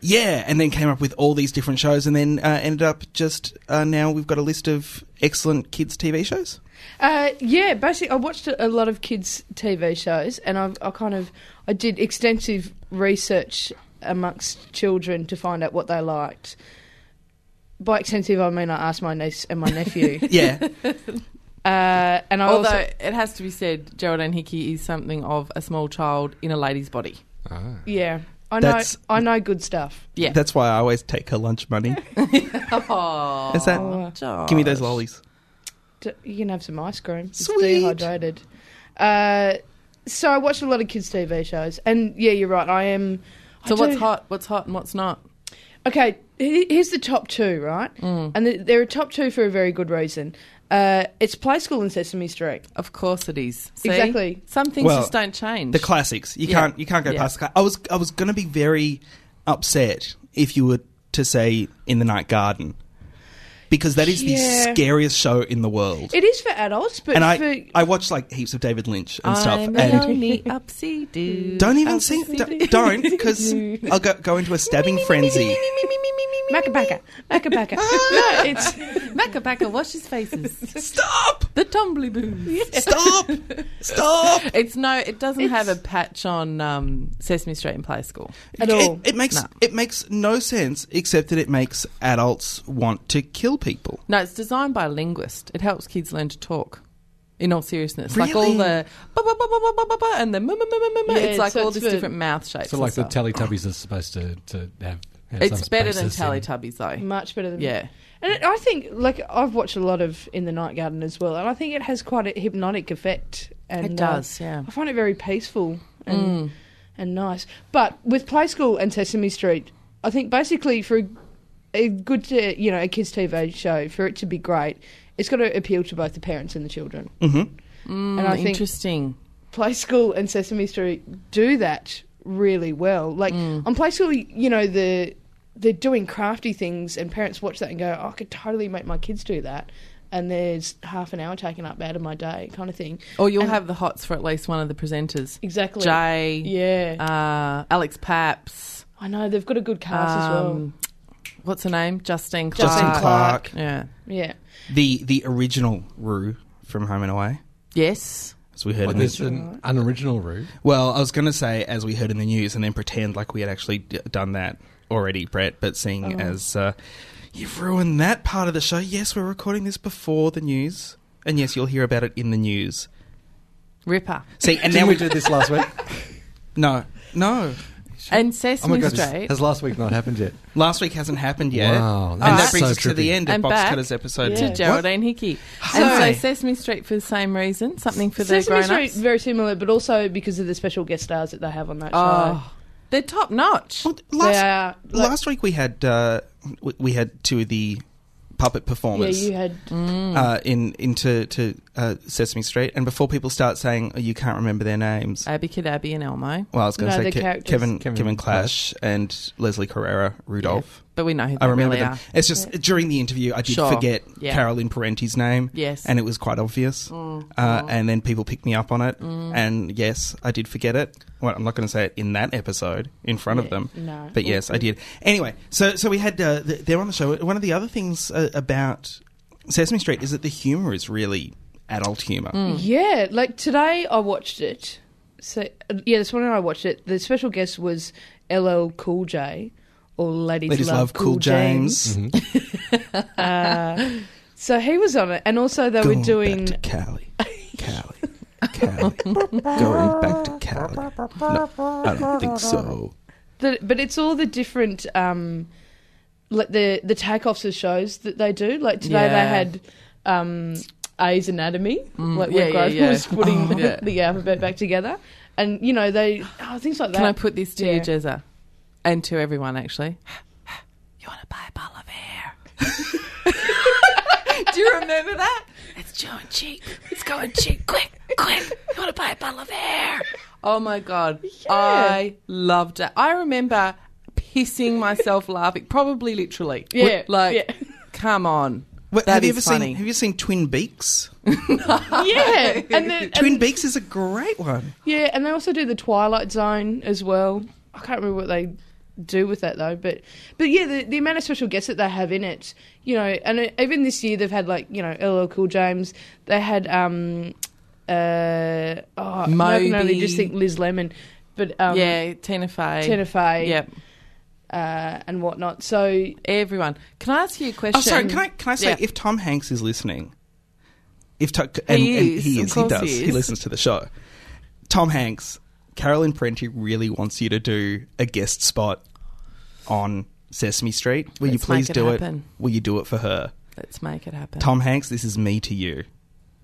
Speaker 2: "Yeah," and then came up with all these different shows, and then uh, ended up just uh, now we've got a list of excellent kids' TV shows.
Speaker 6: Uh, yeah, basically, I watched a a lot of kids' TV shows, and I, I kind of I did extensive research amongst children to find out what they liked. By extensive, I mean I asked my niece and my nephew.
Speaker 2: Yeah,
Speaker 6: Uh, and I
Speaker 3: Although
Speaker 6: also
Speaker 3: it has to be said, Geraldine Hickey is something of a small child in a lady's body.
Speaker 1: Ah.
Speaker 6: yeah, I know
Speaker 2: That's-
Speaker 6: I know good stuff.
Speaker 3: Yeah.
Speaker 2: That's why I always take her lunch money.
Speaker 3: oh,
Speaker 2: Is that- Give me those lollies.
Speaker 6: D- You can have some ice cream. It's
Speaker 2: Sweet.
Speaker 6: dehydrated. Uh, so I watch a lot of kids' TV shows, and yeah, you're right. I am. I
Speaker 3: So what's
Speaker 6: do-
Speaker 3: hot? What's hot and what's not?
Speaker 6: Okay, he- here's the top two, right? And th- they're a top two for a very good reason. Uh, it's Play School and Sesame Street.
Speaker 3: Of course it is. See?
Speaker 6: Exactly.
Speaker 3: Some things
Speaker 2: Well,
Speaker 3: just don't change.
Speaker 2: The classics. You
Speaker 3: Yeah.
Speaker 2: can't you can't go
Speaker 3: Yeah.
Speaker 2: past the cla- I was I was gonna be very upset if you were to say in the night garden. Because that is
Speaker 6: Yeah.
Speaker 2: the scariest show in the world.
Speaker 6: It is for adults, but
Speaker 2: and I
Speaker 6: for
Speaker 2: I watch like heaps of David Lynch and stuff.
Speaker 3: I'm
Speaker 2: and
Speaker 3: only upsy doo.
Speaker 2: don't even sing d- don't because I'll go, go into a stabbing frenzy.
Speaker 6: Macabaca, Macabaca. no, it's
Speaker 3: Macabaca, wash his faces.
Speaker 2: Stop!
Speaker 3: the tumbly boom.
Speaker 2: Stop! Stop!
Speaker 3: It's no, it doesn't have a
Speaker 6: It's-
Speaker 3: patch on um, Sesame Street and Play School.
Speaker 6: at all.
Speaker 2: It, it makes
Speaker 3: No.
Speaker 2: it makes no sense except that it makes adults want to kill people.
Speaker 3: No, it's designed by a linguist. It helps kids learn to talk. In all seriousness, like all
Speaker 2: Really?
Speaker 3: the ba ba ba ba ba ba ba ba and the ma ma ma ma ma ma.
Speaker 6: Yeah,
Speaker 3: It's like
Speaker 6: so
Speaker 3: all
Speaker 6: it's
Speaker 3: these
Speaker 6: for-
Speaker 3: different mouth shapes.
Speaker 1: So
Speaker 3: and
Speaker 1: like the
Speaker 3: stuff.
Speaker 1: Teletubbies are supposed to, to have, have
Speaker 3: It's
Speaker 1: some
Speaker 3: better than
Speaker 1: spaces in-
Speaker 3: Teletubbies though.
Speaker 6: much better than
Speaker 3: Yeah.
Speaker 6: And it, I think, like, I've watched a lot of In the Night Garden as well, and I think it has quite a hypnotic effect. And, uh,
Speaker 3: It does, yeah. Mm.
Speaker 6: I find it very peaceful and and nice. But with Play School and Sesame Street, I think basically for a, a good, uh, you know, a kids' TV show for it to be great, it's got to appeal to both the parents and the children.
Speaker 2: Mm-hmm.
Speaker 6: and
Speaker 3: Mm,
Speaker 6: I think
Speaker 3: Interesting.
Speaker 6: Play School and Sesame Street do that really well. Like
Speaker 3: Mm.
Speaker 6: on Play School, you know the they're doing crafty things, and parents watch that and go, oh, "I could totally make my kids do that." And there's half an hour taken up out of my day, kind of thing.
Speaker 3: Or you'll
Speaker 6: And-
Speaker 3: have the hots for at least one of the presenters.
Speaker 6: Exactly.
Speaker 3: Jay,
Speaker 6: Yeah,
Speaker 3: uh, Alex Paps.
Speaker 6: I know they've got a good cast as well.
Speaker 3: um, What's her name? Justine Clark.
Speaker 6: Justine
Speaker 2: Justin Clark,
Speaker 6: Clark.
Speaker 3: Yeah.
Speaker 6: Yeah,
Speaker 2: the the original Rue from Home and Away,
Speaker 3: Yes.
Speaker 2: as we heard.
Speaker 1: Well,
Speaker 2: in
Speaker 1: there's
Speaker 2: the,
Speaker 1: an unoriginal route.
Speaker 2: well, I was going to say as we heard in the news, and then pretend like we had actually d- done that already, Brett. But seeing
Speaker 6: Oh.
Speaker 2: as uh, you've ruined that part of the show, yes, we're recording this before the news, and yes, you'll hear about it in the news.
Speaker 3: Ripper.
Speaker 2: See, and
Speaker 1: Didn't
Speaker 2: then
Speaker 1: we
Speaker 2: we
Speaker 1: do this last week?
Speaker 2: no, no.
Speaker 3: And
Speaker 1: Oh my
Speaker 3: Sesame
Speaker 1: god,
Speaker 3: Street.
Speaker 1: has, has last week not happened yet?
Speaker 2: Last week hasn't happened yet.
Speaker 1: Wow,
Speaker 2: and
Speaker 1: that's
Speaker 2: that brings
Speaker 1: so
Speaker 2: us to
Speaker 1: trippy.
Speaker 2: the end of
Speaker 3: And
Speaker 2: Box
Speaker 3: back
Speaker 2: Cutters episode.
Speaker 6: to
Speaker 2: two.
Speaker 3: to
Speaker 6: Yeah.
Speaker 3: Geraldine Hickey.
Speaker 2: Hi.
Speaker 3: And so Sesame Street for the same reason, something for the
Speaker 6: Sesame
Speaker 3: grown
Speaker 6: Street
Speaker 3: ups.
Speaker 6: very similar, but also because of the special guest stars that they have on that show.
Speaker 3: Oh, they're top notch.
Speaker 2: What?
Speaker 6: They
Speaker 2: Last,
Speaker 6: are, like-
Speaker 2: last week we had uh, we- we had two of the puppet
Speaker 6: yeah,
Speaker 2: performers
Speaker 6: you had Mm.
Speaker 2: uh, in into to uh, Sesame Street, and before people start saying oh, you can't remember their names,
Speaker 3: Abby Cadabby and Elmo,
Speaker 2: well, I was going
Speaker 6: Uh, No,
Speaker 2: to
Speaker 6: the
Speaker 2: say Ke-
Speaker 6: characters.
Speaker 2: Kevin, Kevin
Speaker 1: Kevin
Speaker 2: Clash and Leslie Carrera Rudolph.
Speaker 3: but we know who they
Speaker 2: I remember
Speaker 3: really
Speaker 2: them.
Speaker 3: are.
Speaker 2: It's just during the interview, I did
Speaker 3: Sure.
Speaker 2: forget
Speaker 3: Yeah.
Speaker 2: Carolyn Parenti's name.
Speaker 3: Yes.
Speaker 2: and it was quite obvious. Uh, And then people picked me up on it, and yes, I did forget it. Well, I'm not going to say it in that episode in front of
Speaker 6: Yeah,
Speaker 2: them,
Speaker 6: no.
Speaker 2: but yes, I did. Anyway, so so we had uh, th- they're on the show. One of the other things uh, about Sesame Street is that the humor is really adult humor.
Speaker 6: Mm. Yeah, like today I watched it. So yeah, this morning I watched it. The special guest was LL Cool J, or Ladies,
Speaker 2: Ladies love, Cool James.
Speaker 6: Uh, so he was on it, and also they
Speaker 2: Going
Speaker 6: were doing
Speaker 2: back to Cali, Cali, Cali. Going back to Cali. No, I don't think so.
Speaker 6: the, but it's all the different um, like the the takeoffs of shows that they do. Like today
Speaker 3: Yeah.
Speaker 6: they had. Um, A's Anatomy, like
Speaker 3: yeah,
Speaker 6: where
Speaker 3: yeah,
Speaker 6: Grover
Speaker 3: yeah.
Speaker 6: was putting
Speaker 3: Oh. Yeah.
Speaker 6: the alphabet back together, and you know they oh, things like that.
Speaker 3: Can I put this to you,
Speaker 6: Yeah.
Speaker 3: Jezza? And to everyone, actually. you want to buy a ball of air? Do you remember that? It's going cheap. It's going cheap. Quick, quick. You want to buy a ball of air? Oh my God. I loved it. I remember pissing myself laughing, probably literally.
Speaker 6: Yeah,
Speaker 3: Like,
Speaker 6: yeah.
Speaker 3: come on.
Speaker 2: What,
Speaker 3: That
Speaker 2: have you
Speaker 3: is
Speaker 2: ever
Speaker 3: funny.
Speaker 2: seen? Have you seen Twin Beaks?
Speaker 6: yeah, and the, and
Speaker 2: Twin Beaks is a great one.
Speaker 6: Yeah, and they also do the Twilight Zone as well. I can't remember what they do with that though, but but yeah, the, the amount of special guests that they have in it, you know, and uh, even this year they've had like you know LL Cool James, they had um uh oh no, no, they
Speaker 3: Moby.
Speaker 6: just think Liz Lemon, but um
Speaker 3: yeah, Tina Fey.
Speaker 6: Tina Fey,
Speaker 3: Yep.
Speaker 6: uh, and whatnot. So
Speaker 3: Everyone. Can I ask you a question?
Speaker 2: Oh, sorry. Can Oh, I can I say
Speaker 3: Yeah.
Speaker 2: if Tom Hanks is listening, If to- and,
Speaker 3: He
Speaker 2: and
Speaker 3: is,
Speaker 2: he
Speaker 3: of
Speaker 2: is, he
Speaker 3: course
Speaker 2: does,
Speaker 3: he
Speaker 2: he
Speaker 3: is.
Speaker 2: listens to the show. Tom Hanks, Carolyn Prenti really wants you to do a guest spot on Sesame Street. Will you
Speaker 3: Let's
Speaker 2: please
Speaker 3: make it
Speaker 2: do it?
Speaker 3: happen.
Speaker 2: Will you do it for her?
Speaker 3: Let's make it happen.
Speaker 2: Tom Hanks, this is me to you.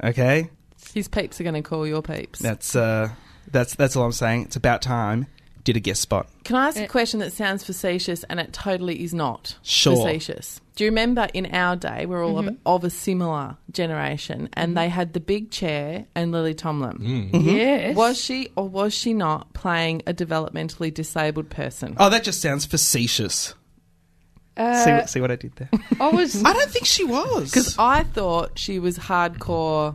Speaker 2: Okay,
Speaker 3: His peeps are going to call your peeps.
Speaker 2: that's uh, that's that's all I'm saying. It's about time. Did a guest spot.
Speaker 3: Can I ask a
Speaker 6: Uh,
Speaker 3: question that sounds facetious and it totally is not
Speaker 2: Sure.
Speaker 3: facetious? Do you remember in our day, we're all
Speaker 6: Mm-hmm.
Speaker 3: of, of a similar generation and they had the big chair and Lily Tomlin?
Speaker 2: Mm-hmm.
Speaker 6: Yes.
Speaker 3: Was she or was she not playing a developmentally disabled person?
Speaker 2: Oh, that just sounds facetious. see,
Speaker 6: Uh,
Speaker 2: what- see what I did there?
Speaker 6: I was.
Speaker 2: I don't think she was.
Speaker 3: Because I thought she was hardcore.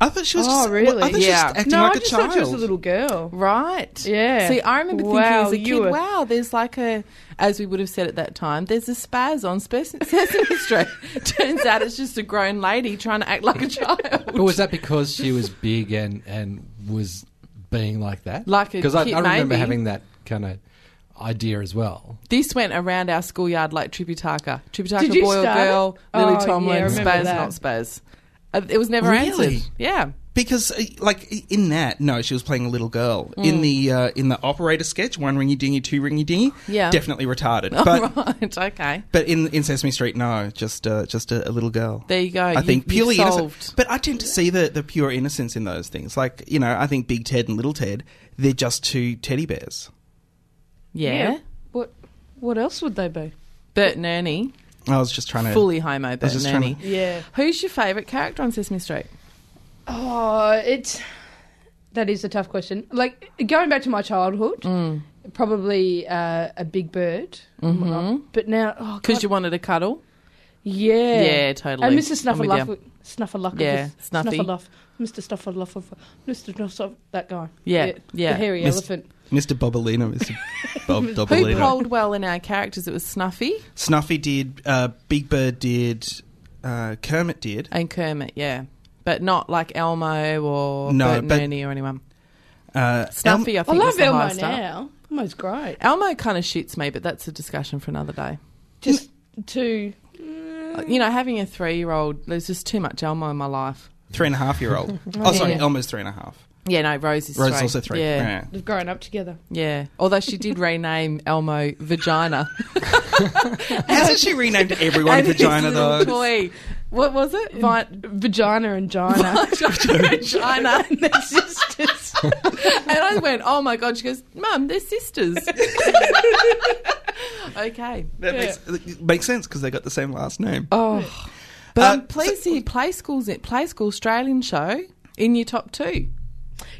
Speaker 2: I thought she was
Speaker 6: Oh,
Speaker 2: just, well,
Speaker 6: really?
Speaker 2: I thought she was
Speaker 3: Yeah.
Speaker 2: just acting
Speaker 6: no,
Speaker 2: like
Speaker 6: I just
Speaker 2: a
Speaker 6: thought
Speaker 2: child.
Speaker 6: she was a little girl.
Speaker 3: Right.
Speaker 6: Yeah.
Speaker 3: See, I remember thinking
Speaker 6: Wow,
Speaker 3: as a
Speaker 6: you
Speaker 3: kid,
Speaker 6: were-
Speaker 3: wow, there's like a, as we would have said at that time, there's a spaz on Spe- Sesame Street. Turns out it's just a grown lady trying to act like a child.
Speaker 1: But was that because she was big and and was being like that?
Speaker 3: Like a
Speaker 1: because I, I
Speaker 3: kid,
Speaker 1: remember
Speaker 3: maybe.
Speaker 1: having that kind of idea as well.
Speaker 3: This went around our schoolyard like Tripitaka. Tripitaka
Speaker 6: Did you
Speaker 3: boy or
Speaker 6: start it?
Speaker 3: girl, Lily
Speaker 6: Oh, yeah,
Speaker 3: Tomlin,
Speaker 6: I remember
Speaker 3: spaz,
Speaker 6: that.
Speaker 3: not spaz. Uh, It was never
Speaker 2: Really?
Speaker 3: answered. Yeah.
Speaker 2: Because, uh, like i- in that, no, she was playing a little girl
Speaker 6: Mm.
Speaker 2: in the uh, in the operator sketch. One ringy dingy, two ringy dingy.
Speaker 3: Yeah.
Speaker 2: definitely retarded. But
Speaker 3: right. Okay.
Speaker 2: but in in Sesame Street, no, just uh, just a, a little girl.
Speaker 3: There Oh, you go.
Speaker 2: I think
Speaker 3: you,
Speaker 2: purely
Speaker 3: you've
Speaker 2: innocent.
Speaker 3: solved.
Speaker 2: But I tend to see the the pure innocence in those things. Like you know, I think Big Ted and Little Ted, they're just two teddy bears.
Speaker 3: Yeah.
Speaker 6: What? What else would they be?
Speaker 3: Bert and Ernie.
Speaker 2: I was just trying to
Speaker 3: Fully homo, Bert
Speaker 2: just
Speaker 3: and
Speaker 2: trying
Speaker 3: Ernie.
Speaker 2: to-
Speaker 6: Yeah.
Speaker 3: Who's your favourite character on Sesame Street?
Speaker 6: Oh, it's that is a tough question. Like going back to my childhood,
Speaker 3: Mm.
Speaker 6: probably uh, a big bird. But now, oh,
Speaker 3: Because
Speaker 6: God.
Speaker 3: Mm-hmm. you wanted a cuddle?
Speaker 6: yeah,
Speaker 3: Yeah, totally.
Speaker 6: And Mr.
Speaker 3: I'm with
Speaker 6: Snuffleupagus,
Speaker 3: you.
Speaker 6: Snuffleupagus,
Speaker 3: Yeah, Snuffy.
Speaker 6: Snuffleupagus, Mr. Snuffleupagus, Mr. Snuffleupagus, that guy.
Speaker 3: Yeah, yeah.
Speaker 6: the hairy
Speaker 2: Miss-
Speaker 6: elephant.
Speaker 2: Mr. Bobolino, Mr. Bob
Speaker 3: Who
Speaker 2: Dobolino.
Speaker 3: polled well in our characters? It was Snuffy
Speaker 2: Snuffy did. Uh, Big Bird did. Uh, Kermit did.
Speaker 3: and Kermit, yeah. But not like Elmo or
Speaker 2: No,
Speaker 3: Bert and
Speaker 2: but-
Speaker 3: Ernie or anyone.
Speaker 2: Uh, Elm-
Speaker 3: Snuffy, I
Speaker 6: I,
Speaker 3: think, was
Speaker 6: love
Speaker 3: the
Speaker 6: Elmo
Speaker 3: highest up.
Speaker 6: now. Elmo's great.
Speaker 3: Elmo kind of shits me, but that's a discussion for another day.
Speaker 6: Just too. Mm.
Speaker 3: You know, having a three-year-old, there's just too much Elmo in my life.
Speaker 2: three and a half year old. oh, sorry,
Speaker 3: yeah.
Speaker 2: Elmo's three and a half.
Speaker 3: Yeah, no, Rose is
Speaker 2: Rose
Speaker 3: three.
Speaker 2: is also three.
Speaker 3: Yeah,
Speaker 2: Yeah.
Speaker 6: They've grown up together.
Speaker 3: yeah. Although she did rename Elmo Vagina.
Speaker 2: Hasn't she renamed everyone
Speaker 3: And his
Speaker 2: vagina
Speaker 3: little
Speaker 2: though?
Speaker 3: Toy. What was it? Vi-
Speaker 6: Vagina and Gina.
Speaker 3: vagina.
Speaker 6: and their sisters.
Speaker 3: And I went, oh my God. She goes, Mum, they're sisters. okay.
Speaker 2: That makes, it makes sense because they got the same last name.
Speaker 3: Oh. But I'm
Speaker 2: Uh,
Speaker 3: pleased to hear Play School's Play School Australian show in your top two.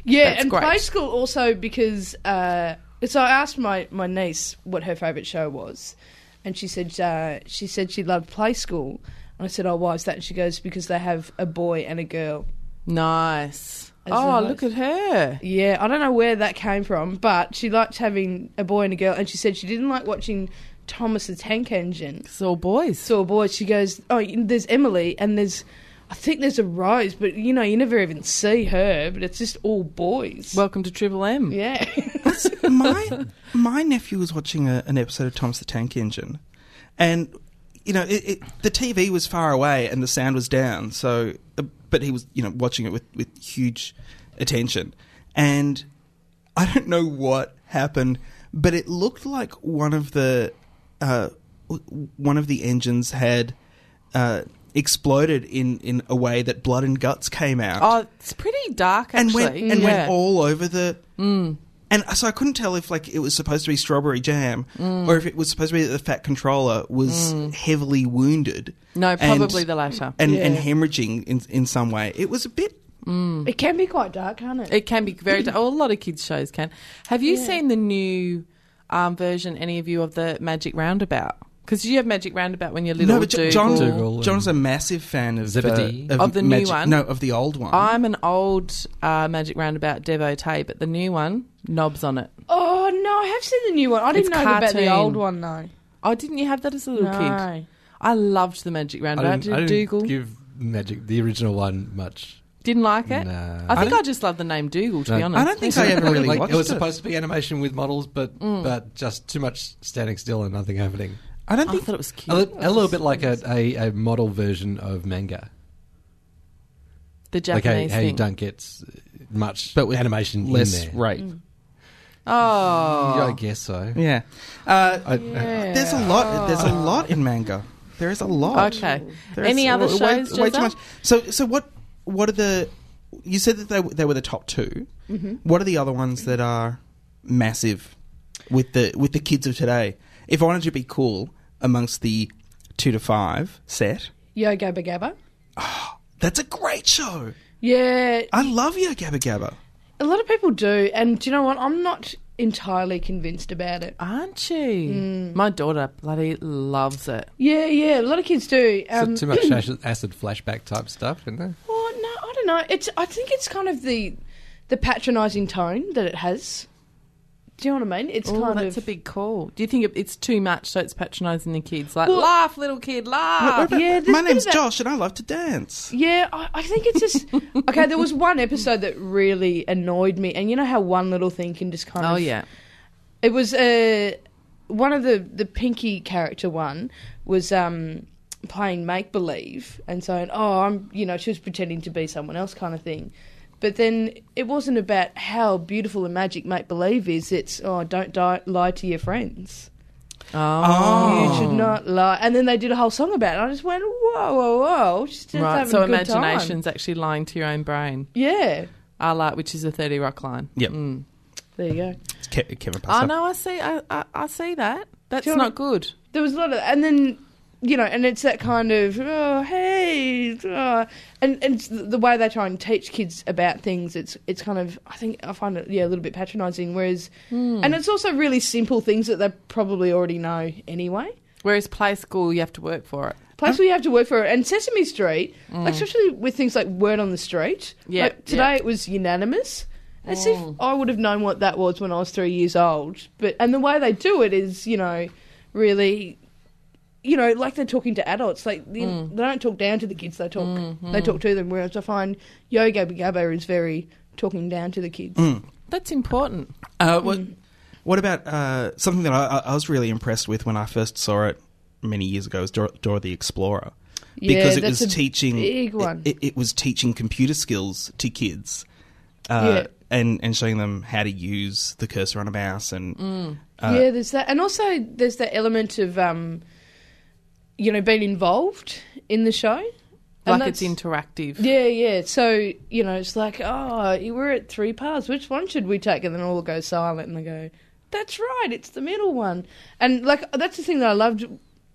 Speaker 6: Yeah,
Speaker 3: That's
Speaker 6: and
Speaker 3: great.
Speaker 6: play school also because uh, so I asked my, my niece what her favourite show was, and she said uh, she said she loved play school, and I said, oh, why is that? And she goes, because they have a boy and a girl.
Speaker 3: Nice.
Speaker 6: As
Speaker 3: oh,
Speaker 6: the
Speaker 3: look at her.
Speaker 6: Yeah, I don't know where that came from, but she liked having a boy and a girl, and she said she didn't like watching Thomas the Tank Engine.
Speaker 3: It's all boys.
Speaker 6: Saw a boy. She goes, oh, you- there's Emily, and there's. I think there's a Rose, but you know, you never even see her, but it's just all boys.
Speaker 3: Welcome to Triple M.
Speaker 6: yeah.
Speaker 2: my my nephew was watching a, an episode of Thomas the Tank Engine, and you know it, it, the TV was far away and the sound was down. So, uh, but he was you know watching it with with huge attention, and I don't know what happened, but it looked like one of the uh, w- one of the engines had. Uh, exploded in, in a way that blood and guts came out
Speaker 3: Oh, it's pretty dark,
Speaker 2: and
Speaker 3: actually.
Speaker 2: went and
Speaker 3: yeah. Mm.
Speaker 2: went all over the. And uh, so I couldn't tell if like it was supposed to be strawberry jam
Speaker 3: Mm.
Speaker 2: or if it was supposed to be that the fat controller was heavily wounded.
Speaker 3: No,
Speaker 2: and-
Speaker 3: probably the latter.
Speaker 2: And, and
Speaker 6: Yeah.
Speaker 2: hemorrhaging in in some way. It was a bit.
Speaker 6: It can be quite dark, can't it?
Speaker 3: It can be very. da- oh, a lot of kids shows can. Have you seen the new um, version? Any of you of the Magic Roundabout? Because you have Magic Roundabout when you're little.
Speaker 2: no, but Jo-
Speaker 3: Dougal.
Speaker 2: John
Speaker 1: Dougal
Speaker 2: John's a massive fan of
Speaker 1: Zebedee.
Speaker 2: uh,
Speaker 3: Of the new
Speaker 2: Magic-
Speaker 3: one?
Speaker 2: No, of the old one.
Speaker 3: I'm an old uh, Magic Roundabout devotee, but the new one knobs on it.
Speaker 6: Oh no, I have seen the new one. I didn't
Speaker 3: It's
Speaker 6: know about the
Speaker 3: cartoon.
Speaker 6: old one though.
Speaker 3: Oh, didn't you have that as a little kid?
Speaker 6: No.
Speaker 3: I loved the Magic
Speaker 1: I
Speaker 3: Roundabout.
Speaker 1: didn't,
Speaker 3: Did
Speaker 1: I didn't
Speaker 3: Dougal
Speaker 1: give Magic the original one much.
Speaker 3: didn't like it.
Speaker 1: Nah.
Speaker 3: I think
Speaker 2: I
Speaker 3: I, just love the name Dougal. To be
Speaker 1: No.
Speaker 3: honest,
Speaker 2: I don't think I ever really
Speaker 1: Like,
Speaker 2: watched
Speaker 1: it was supposed to be animation with models, but
Speaker 3: Mm.
Speaker 1: but just too much standing still and nothing happening.
Speaker 2: I don't
Speaker 3: I
Speaker 2: think
Speaker 3: thought it was cute.
Speaker 1: A, li- a little bit like a, a, a model version of manga.
Speaker 3: The
Speaker 1: like how,
Speaker 3: Japanese
Speaker 1: how
Speaker 3: thing.
Speaker 1: you don't get s- much
Speaker 2: But with
Speaker 1: animation
Speaker 2: less
Speaker 1: in there.
Speaker 2: rape.
Speaker 3: Mm. Oh,
Speaker 1: I guess so.
Speaker 2: Yeah. Uh,
Speaker 1: I-
Speaker 2: There's a lot. There's a lot in manga. There's a lot.
Speaker 3: Okay.
Speaker 2: There's
Speaker 3: Any other
Speaker 2: Oh, way-
Speaker 3: shows,
Speaker 2: Way, too
Speaker 3: Jezza?
Speaker 2: much. So, so what? What are the? You said that they were- they were the top 2
Speaker 3: Mm-hmm.
Speaker 2: What are the other ones that are massive with the with the kids of today? If I wanted to be cool amongst the two to five set,
Speaker 6: Yo Gabba Gabba.
Speaker 2: that's a great show.
Speaker 6: Yeah,
Speaker 2: I love Yo Gabba Gabba.
Speaker 6: a lot of people do, and do you know what? I'm not entirely convinced about it.
Speaker 3: aren't you?
Speaker 2: Mm.
Speaker 3: My daughter bloody loves it.
Speaker 6: Yeah, yeah, a lot of kids do.
Speaker 1: Is it
Speaker 6: Um,
Speaker 1: too much acid, acid flashback type stuff, isn't there?
Speaker 6: Well, no, I don't know. It's I think it's kind of the the patronising tone that it has. Do you know what I mean? It's
Speaker 3: Oh,
Speaker 6: kind
Speaker 3: that's
Speaker 6: of
Speaker 3: a big call. Do you think it, it's too much? So it's patronising the kids. Like,
Speaker 6: Well-
Speaker 3: laugh, little kid, laugh.
Speaker 6: yeah, there's
Speaker 2: My
Speaker 6: a bit
Speaker 2: name's
Speaker 6: of that-
Speaker 2: Josh, and I love to dance.
Speaker 6: yeah. I, I think it's just okay. There was one episode that really annoyed me, and you know how one little thing can just kind of
Speaker 3: Oh yeah.
Speaker 6: It was uh, one of the the Pinky character one was um, playing make believe and saying, "Oh, I'm," you know, she was pretending to be someone else, kind of thing. But then it wasn't about how beautiful and magic make believe is. It's oh, don't di- lie to your friends.
Speaker 3: Oh,
Speaker 6: You should not lie. And then they did a whole song about it. And I just went, whoa, whoa, whoa. Just just
Speaker 3: right.
Speaker 6: having
Speaker 3: So
Speaker 6: a good time.
Speaker 3: imagination's actually lying to your own brain.
Speaker 6: Yeah.
Speaker 3: I like, which is a thirty rock line.
Speaker 2: Yep.
Speaker 6: There you go.
Speaker 2: It's Ke- Kevin
Speaker 3: I
Speaker 2: Passer.
Speaker 3: know. I see. I, I, I see that. That's
Speaker 6: Do you
Speaker 3: not
Speaker 6: know-
Speaker 3: good.
Speaker 6: there was a lot of, and then you know, and it's that kind of oh hey, oh, and and it's the the way they try and teach kids about things, it's it's kind of I think I find it yeah a little bit patronising. Whereas, and it's also really simple things that they probably already know anyway.
Speaker 3: Whereas play school, you have to work for it.
Speaker 6: Place where you have to work for it, and Sesame Street, like especially with things like Word on the Street.
Speaker 3: Mm. Yeah, Mm.
Speaker 6: like, today
Speaker 3: yeah.
Speaker 6: it was unanimous. As if I would have known what that was when I was three years old. But and the way they do it is, you know, really, you know, like they're talking to adults. Like they,
Speaker 3: Mm.
Speaker 6: they don't talk down to the kids; they talk
Speaker 3: Mm-hmm.
Speaker 6: they talk to them. Whereas I find Yo Gabba Gabba is very talking down to the kids.
Speaker 3: That's important.
Speaker 2: Uh, what,
Speaker 6: Mm.
Speaker 2: what about uh, something that I, I- I was really impressed with when I first saw it many years ago? Was Dora, Dora the Explorer
Speaker 6: Yeah,
Speaker 2: because it was
Speaker 6: that's a
Speaker 2: teaching
Speaker 6: big one.
Speaker 2: It, it was teaching computer skills to kids, uh,
Speaker 6: Yeah.
Speaker 2: and and showing them how to use the cursor on a mouse and
Speaker 6: Mm. yeah, there's that, and also there's that element of, um, you know, being involved in the show. And
Speaker 3: Like it's
Speaker 6: that's-
Speaker 3: interactive.
Speaker 6: Yeah, yeah. So, you know, it's like, oh, we're at three paths. Which one should we take? And then all go silent and they go, that's right, it's the middle one. And, like, that's the thing that I loved,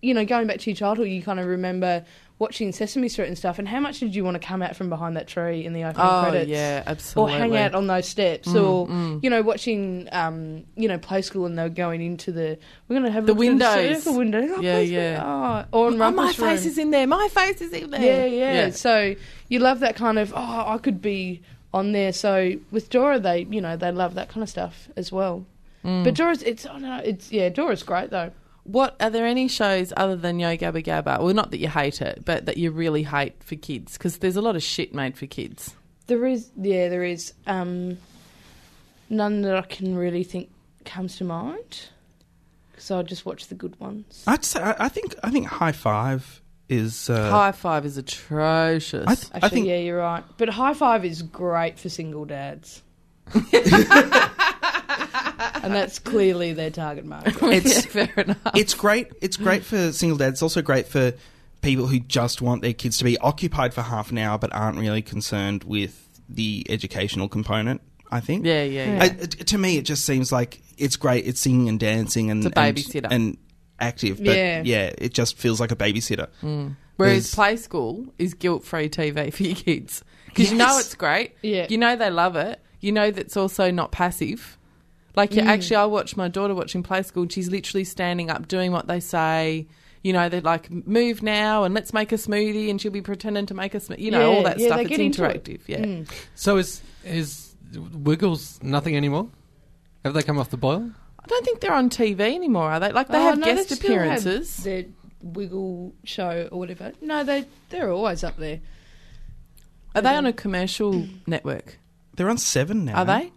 Speaker 6: you know, going back to your childhood, you kind of remember watching Sesame Street and stuff. And how much did you want to come out from behind that tree in the opening
Speaker 3: Oh
Speaker 6: credits?
Speaker 3: yeah,
Speaker 6: Or
Speaker 3: absolutely. Mm,
Speaker 6: hang out on those steps, or you know, watching, um, you know, play school, and they're going into the. We're going to have a
Speaker 3: The
Speaker 6: look through
Speaker 3: windows.
Speaker 6: circle window. Oh,
Speaker 3: Yeah,
Speaker 6: play school.
Speaker 3: yeah.
Speaker 6: Oh, or in
Speaker 3: Oh, my
Speaker 6: Rumpel's room.
Speaker 3: face is in there. My face is in
Speaker 6: Yeah,
Speaker 3: there.
Speaker 6: yeah, So you love that kind of oh, I could be on there. So with Dora, they you know they love that kind of stuff as well.
Speaker 2: Mm.
Speaker 6: But Dora's it's I don't know it's yeah Dora's great though.
Speaker 3: What are there any shows other than Yo Gabba Gabba? Well, not that you hate it, but that you really hate for kids because there's a lot of shit made for kids.
Speaker 6: There is yeah there is um, none that I can really think comes to mind. So I just watch the good ones.
Speaker 2: I'd say I, I think I think High Five is uh,
Speaker 3: High Five is atrocious.
Speaker 2: I, th-
Speaker 6: Actually,
Speaker 2: I think
Speaker 6: yeah, you're right. But High Five is great for single dads. and that's clearly their target market.
Speaker 2: it's
Speaker 3: Fair enough.
Speaker 2: it's great. It's great for single dads. It's also great for people who just want their kids to be occupied for half an hour, but aren't really concerned with the educational component. I think.
Speaker 3: Yeah, yeah, yeah.
Speaker 2: I- t- to me, it just seems like it's great. It's singing and dancing and
Speaker 3: It's a
Speaker 2: and-
Speaker 3: babysitter.
Speaker 2: and, active. But yeah.
Speaker 6: Yeah.
Speaker 2: it just feels like a babysitter.
Speaker 3: Mm. Whereas
Speaker 2: there's-
Speaker 3: Play School is guilt free TV for your kids because you know
Speaker 2: Yes.
Speaker 3: it's great.
Speaker 6: Yeah.
Speaker 3: You know they love it. You know that's also not passive. Like
Speaker 6: Mm.
Speaker 3: you actually, I watched my daughter watching Play School. and She's literally standing up, doing what they say. You know, they're like, move now and let's make a smoothie, and she'll be pretending to make a smoothie. You know,
Speaker 6: Yeah,
Speaker 3: all that
Speaker 6: yeah,
Speaker 3: stuff.
Speaker 6: they
Speaker 3: It's
Speaker 6: get into it. Mm.
Speaker 3: interactive. Yeah.
Speaker 1: So is is Wiggles nothing anymore? Have they come off the boil?
Speaker 3: I don't think they're on TV anymore, are they? Like they
Speaker 6: Oh,
Speaker 3: have
Speaker 6: no,
Speaker 3: guest
Speaker 6: they still have
Speaker 3: appearances.
Speaker 6: their wiggle show or whatever. No, they they're always up there.
Speaker 3: are they on a commercial network?
Speaker 2: They're on seven now.
Speaker 6: Uh-huh.
Speaker 3: Are they?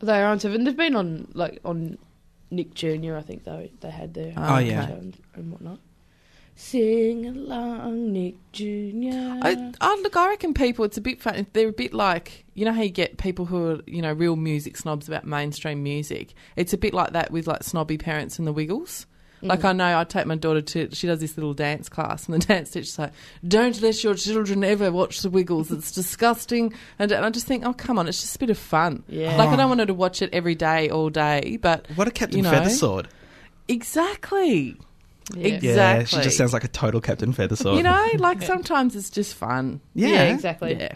Speaker 6: They are on seven. They've been on like on Nick Junior, I think though they had their
Speaker 2: Oh, yeah.
Speaker 6: show and, and whatnot. Sing along, Nick Jr.
Speaker 3: I, I look. I reckon people. It's a bit fun. They're a bit like you know how you get people who are you know real music snobs about mainstream music. It's a bit like that with like snobby parents and the Wiggles. Like
Speaker 6: Mm.
Speaker 3: I know, I take my daughter to. She does this little dance class, and the dance teacher's like, "Don't let your children ever watch the Wiggles. It's disgusting." And, and I just think, oh come on, it's just a bit of fun.
Speaker 6: Yeah.
Speaker 3: Like I don't want her to watch it every day, all day. But
Speaker 2: What a Captain
Speaker 3: you know,
Speaker 2: Feathersword.
Speaker 3: Exactly.
Speaker 6: Yeah.
Speaker 3: Exactly.
Speaker 2: Yeah, she just sounds like a total Captain Feathersword.
Speaker 3: You know, like sometimes it's just fun.
Speaker 2: Yeah.
Speaker 6: yeah, exactly.
Speaker 3: Yeah.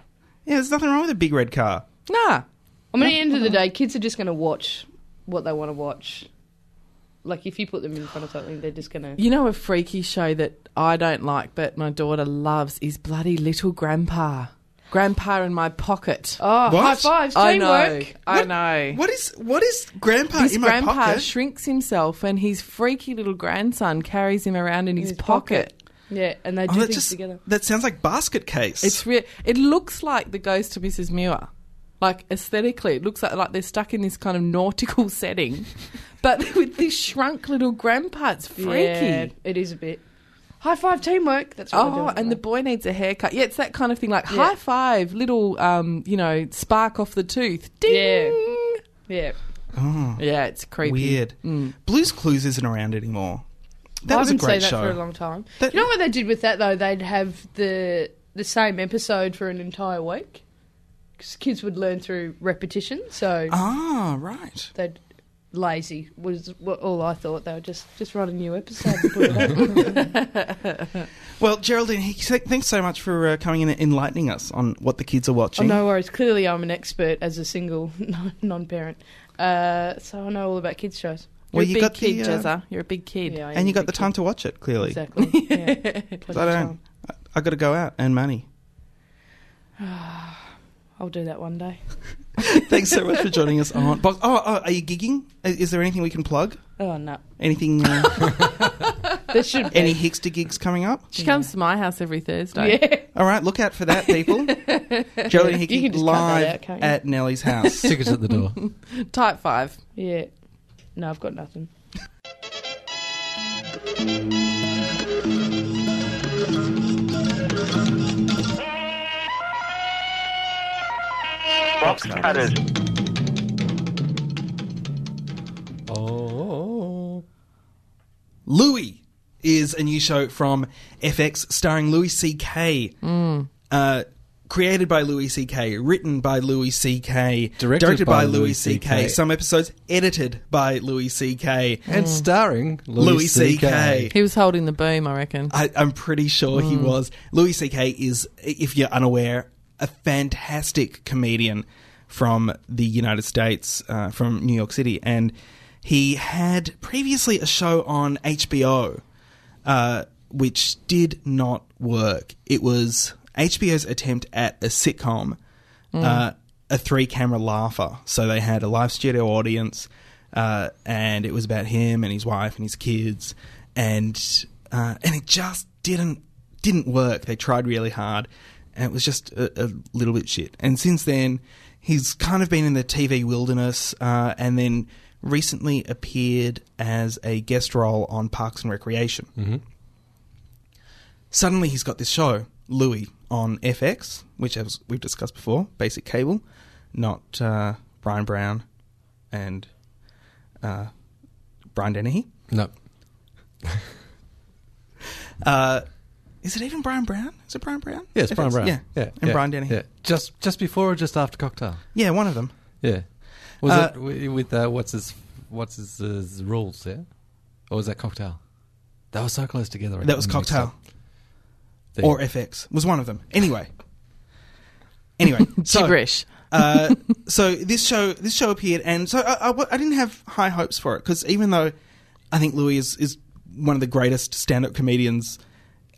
Speaker 2: Yeah, there's nothing wrong with a big red car.
Speaker 3: Nah.
Speaker 6: I mean, at the end of the
Speaker 3: Uh-huh.
Speaker 6: day, kids are just going to watch what they want to watch. Like, if you put them in front of something, they're just going to.
Speaker 3: You know a freaky show that I don't like but my daughter loves is bloody Little Grandpa. Grandpa in my pocket.
Speaker 6: Oh,
Speaker 2: What?
Speaker 6: high fives,
Speaker 3: I know.
Speaker 6: teamwork.
Speaker 3: I
Speaker 2: What-
Speaker 3: know.
Speaker 2: What is what is Grandpa
Speaker 3: This
Speaker 2: in my
Speaker 3: grandpa
Speaker 2: pocket?
Speaker 3: shrinks himself and his freaky little grandson carries him around in his,
Speaker 6: his
Speaker 3: pocket.
Speaker 6: pocket. Yeah, and they do
Speaker 2: Oh, that
Speaker 6: things
Speaker 2: just
Speaker 6: together.
Speaker 2: that sounds like basket case.
Speaker 3: It's re- it looks like the ghost of Mrs. Muir. Like aesthetically, it looks like, like they're stuck in this kind of nautical setting, but with this shrunk little grandpa, it's freaky.
Speaker 6: Yeah, it is a bit. High five, teamwork. That's what
Speaker 3: Oh, and the boy needs a haircut. Yeah, it's that kind of thing. Like
Speaker 6: Yeah.
Speaker 3: high five, little, um, you know, spark off the tooth. Ding. Yeah,
Speaker 6: the yeah.
Speaker 3: it's creepy.
Speaker 2: Oh,
Speaker 3: Mm.
Speaker 2: weird. Blues Clues isn't around anymore. That
Speaker 6: I
Speaker 2: was a
Speaker 6: haven't
Speaker 2: great
Speaker 6: seen
Speaker 2: show.
Speaker 6: that for a long time.
Speaker 2: That-
Speaker 6: you know what they did with that though? They'd have the the same episode for an entire week because kids would learn through repetition. So
Speaker 2: ah, right.
Speaker 6: they'd lazy was what, all I thought. They were just just write a new episode. And put it up.
Speaker 2: Well, Geraldine, he- th- thanks so much for uh, coming in and enlightening us on what the kids are
Speaker 6: oh,
Speaker 2: watching.
Speaker 6: no worries. Clearly, I'm an expert as a single non parent, uh, so I know all about kids shows.
Speaker 2: Well,
Speaker 3: You're
Speaker 2: you
Speaker 3: a big
Speaker 2: got
Speaker 3: kid,
Speaker 2: the, uh,
Speaker 3: Jezza. You're a big kid.
Speaker 6: I am
Speaker 2: and you got
Speaker 6: a
Speaker 2: the
Speaker 6: big
Speaker 2: time
Speaker 6: kid.
Speaker 2: to watch it. Clearly,
Speaker 6: Exactly. Yeah. Plenty
Speaker 2: I
Speaker 6: of
Speaker 2: don't.
Speaker 6: time.
Speaker 2: I, I got to go out and money.
Speaker 6: I'll do that one day.
Speaker 2: Thanks so much for joining us on. Box- oh, oh, are you gigging? I- Is there anything we can plug?
Speaker 6: Oh no,
Speaker 2: Anything? Uh,
Speaker 6: there should be.
Speaker 2: any Hickster gigs coming up?
Speaker 3: She comes to my house every Thursday.
Speaker 6: yeah.
Speaker 2: All right, look out for that, people. Geraldine Hickey
Speaker 6: You can just cut that
Speaker 2: live
Speaker 6: out, can't you?
Speaker 2: at Nellie's house.
Speaker 1: Tickets at the door.
Speaker 3: Type five.
Speaker 6: Yeah. No, I've got nothing.
Speaker 4: Box cutters.
Speaker 1: Oh.
Speaker 2: Louis is a new show from FX starring Louis C.K.
Speaker 1: Hmm.
Speaker 2: Uh, created by Louis C.K., written by Louis C.K.,
Speaker 1: Directed by Louis
Speaker 2: C.K.
Speaker 1: CK.
Speaker 2: Some episodes edited by Louis C.K.
Speaker 1: And starring Louis,
Speaker 2: Louis
Speaker 1: C.K.
Speaker 2: C.K.
Speaker 3: He was holding the boom, I reckon.
Speaker 2: I, I'm pretty sure he was. Louis C.K. is, if you're unaware, a fantastic comedian from the United States, uh, from New York City, and he had previously a show on HBO, uh, which did not work. It was HBO's attempt at a sitcom, uh, a three-camera laugher. So they had a live studio audience, uh, and it was about him and his wife and his kids, and uh, and it just didn't didn't work. They tried really hard, and it was just a, a little bit shit. And since then, he's kind of been in the TV wilderness, uh, and then recently appeared as a guest role on Parks and Recreation. Suddenly, he's got this show, Louis, on FX, which as we've discussed before, basic cable, not uh, Brian Brown and uh, Brian Dennehy.
Speaker 1: No.
Speaker 2: Uh, is it even Brian Brown? Is it Brian Brown?
Speaker 1: Yeah, it's
Speaker 2: FX?
Speaker 1: Brian Brown.
Speaker 2: Yeah,
Speaker 1: yeah.
Speaker 2: and
Speaker 1: yeah,
Speaker 2: Brian Denny.
Speaker 1: Yeah. Just just before or just after Cocktail?
Speaker 2: Yeah, one of them.
Speaker 1: Yeah. Was
Speaker 2: Uh,
Speaker 1: it wi- with uh, what's his what's his, his rules? Yeah, or was that Cocktail? That was so close together. I
Speaker 2: That was
Speaker 1: got mixed
Speaker 2: Cocktail
Speaker 1: up. There
Speaker 2: or
Speaker 1: you
Speaker 2: FX was one of them. Anyway, anyway, so
Speaker 3: Gibberish.
Speaker 2: uh, so this show this show appeared, and so I, I, I didn't have high hopes for it because even though I think Louis is, is one of the greatest stand up comedians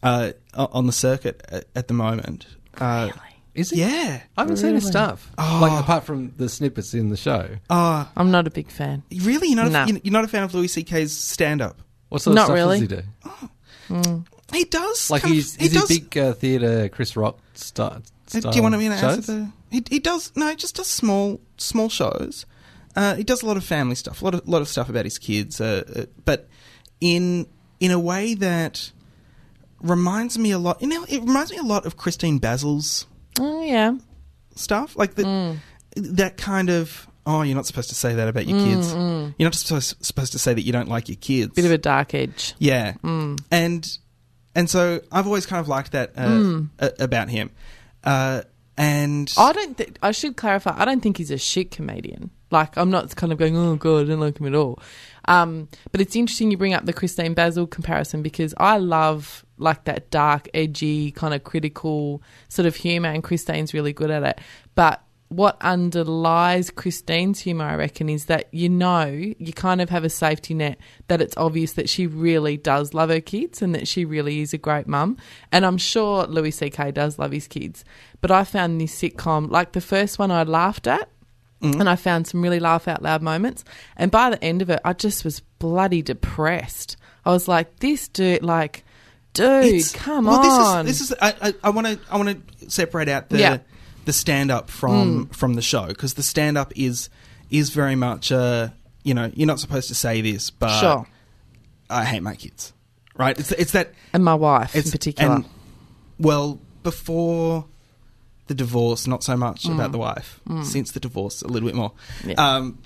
Speaker 2: uh, o- on the circuit at, at the moment. Uh,
Speaker 1: go. is it?
Speaker 2: Yeah. Oh.
Speaker 1: I haven't seen his stuff. Like apart from the snippets in the show.
Speaker 2: Uh,
Speaker 3: I'm not a big fan.
Speaker 2: really? You're not,
Speaker 3: No.
Speaker 2: a, you're- you're not a fan of Louis C.K.'s stand up?
Speaker 1: What sort
Speaker 3: Not
Speaker 1: of stuff
Speaker 3: really.
Speaker 1: does he do?
Speaker 2: He does.
Speaker 1: Like
Speaker 2: kind of-
Speaker 1: he's
Speaker 2: he
Speaker 1: is he
Speaker 2: does, Uh,
Speaker 1: big uh, theatre Chris Rock star?
Speaker 2: Do
Speaker 1: style
Speaker 2: you want me to
Speaker 1: shows?
Speaker 2: answer the? He, he does no, he just does small small shows. Uh, he does a lot of family stuff, a lot of lot of stuff about his kids, uh, uh, but in in a way that reminds me a lot. You know, it reminds me a lot of Christine Basil's
Speaker 3: Oh yeah. Mm,
Speaker 2: stuff, like the, that kind of. Oh, you're not supposed to say that about your kids. You're not supposed supposed to say that you don't like your kids.
Speaker 3: Mm-hmm. mm. Bit of a dark edge. Mm.
Speaker 2: Yeah. And and so I've always kind of liked that uh,
Speaker 3: Mm.
Speaker 2: a- about him. Uh, and
Speaker 3: I don't. Th- I should clarify. I don't think he's a shit comedian. Like I'm not kind of going, oh god, I don't like him at all. Um, but it's interesting you bring up the Christine Basil comparison because I love like that dark, edgy kind of critical sort of humor, and Christine's really good at it. But what underlies Christine's humor, I reckon, is that you know you kind of have a safety net that it's obvious that she really does love her kids and that she really is a great mum. And I'm sure Louis C.K. does love his kids. But I found this sitcom, like the first one I laughed at,
Speaker 2: Mm.
Speaker 3: and I found some really laugh out loud moments. And by the end of it, I just was bloody depressed. I was like, this dude, like, dude,
Speaker 2: it's-
Speaker 3: come
Speaker 2: well,
Speaker 3: on.
Speaker 2: This is, this is I I want to I want to separate out the
Speaker 3: Yeah. Hmm.
Speaker 2: the stand up from from the show because the stand up is is very much uh you know you're not supposed to say this but
Speaker 3: sure.
Speaker 2: I hate my kids right it's it's that
Speaker 3: And my wife
Speaker 2: it's
Speaker 3: in particular.
Speaker 2: and- well before the divorce not so much about the wife since the divorce a little bit more
Speaker 3: Hmm. Yeah.
Speaker 2: um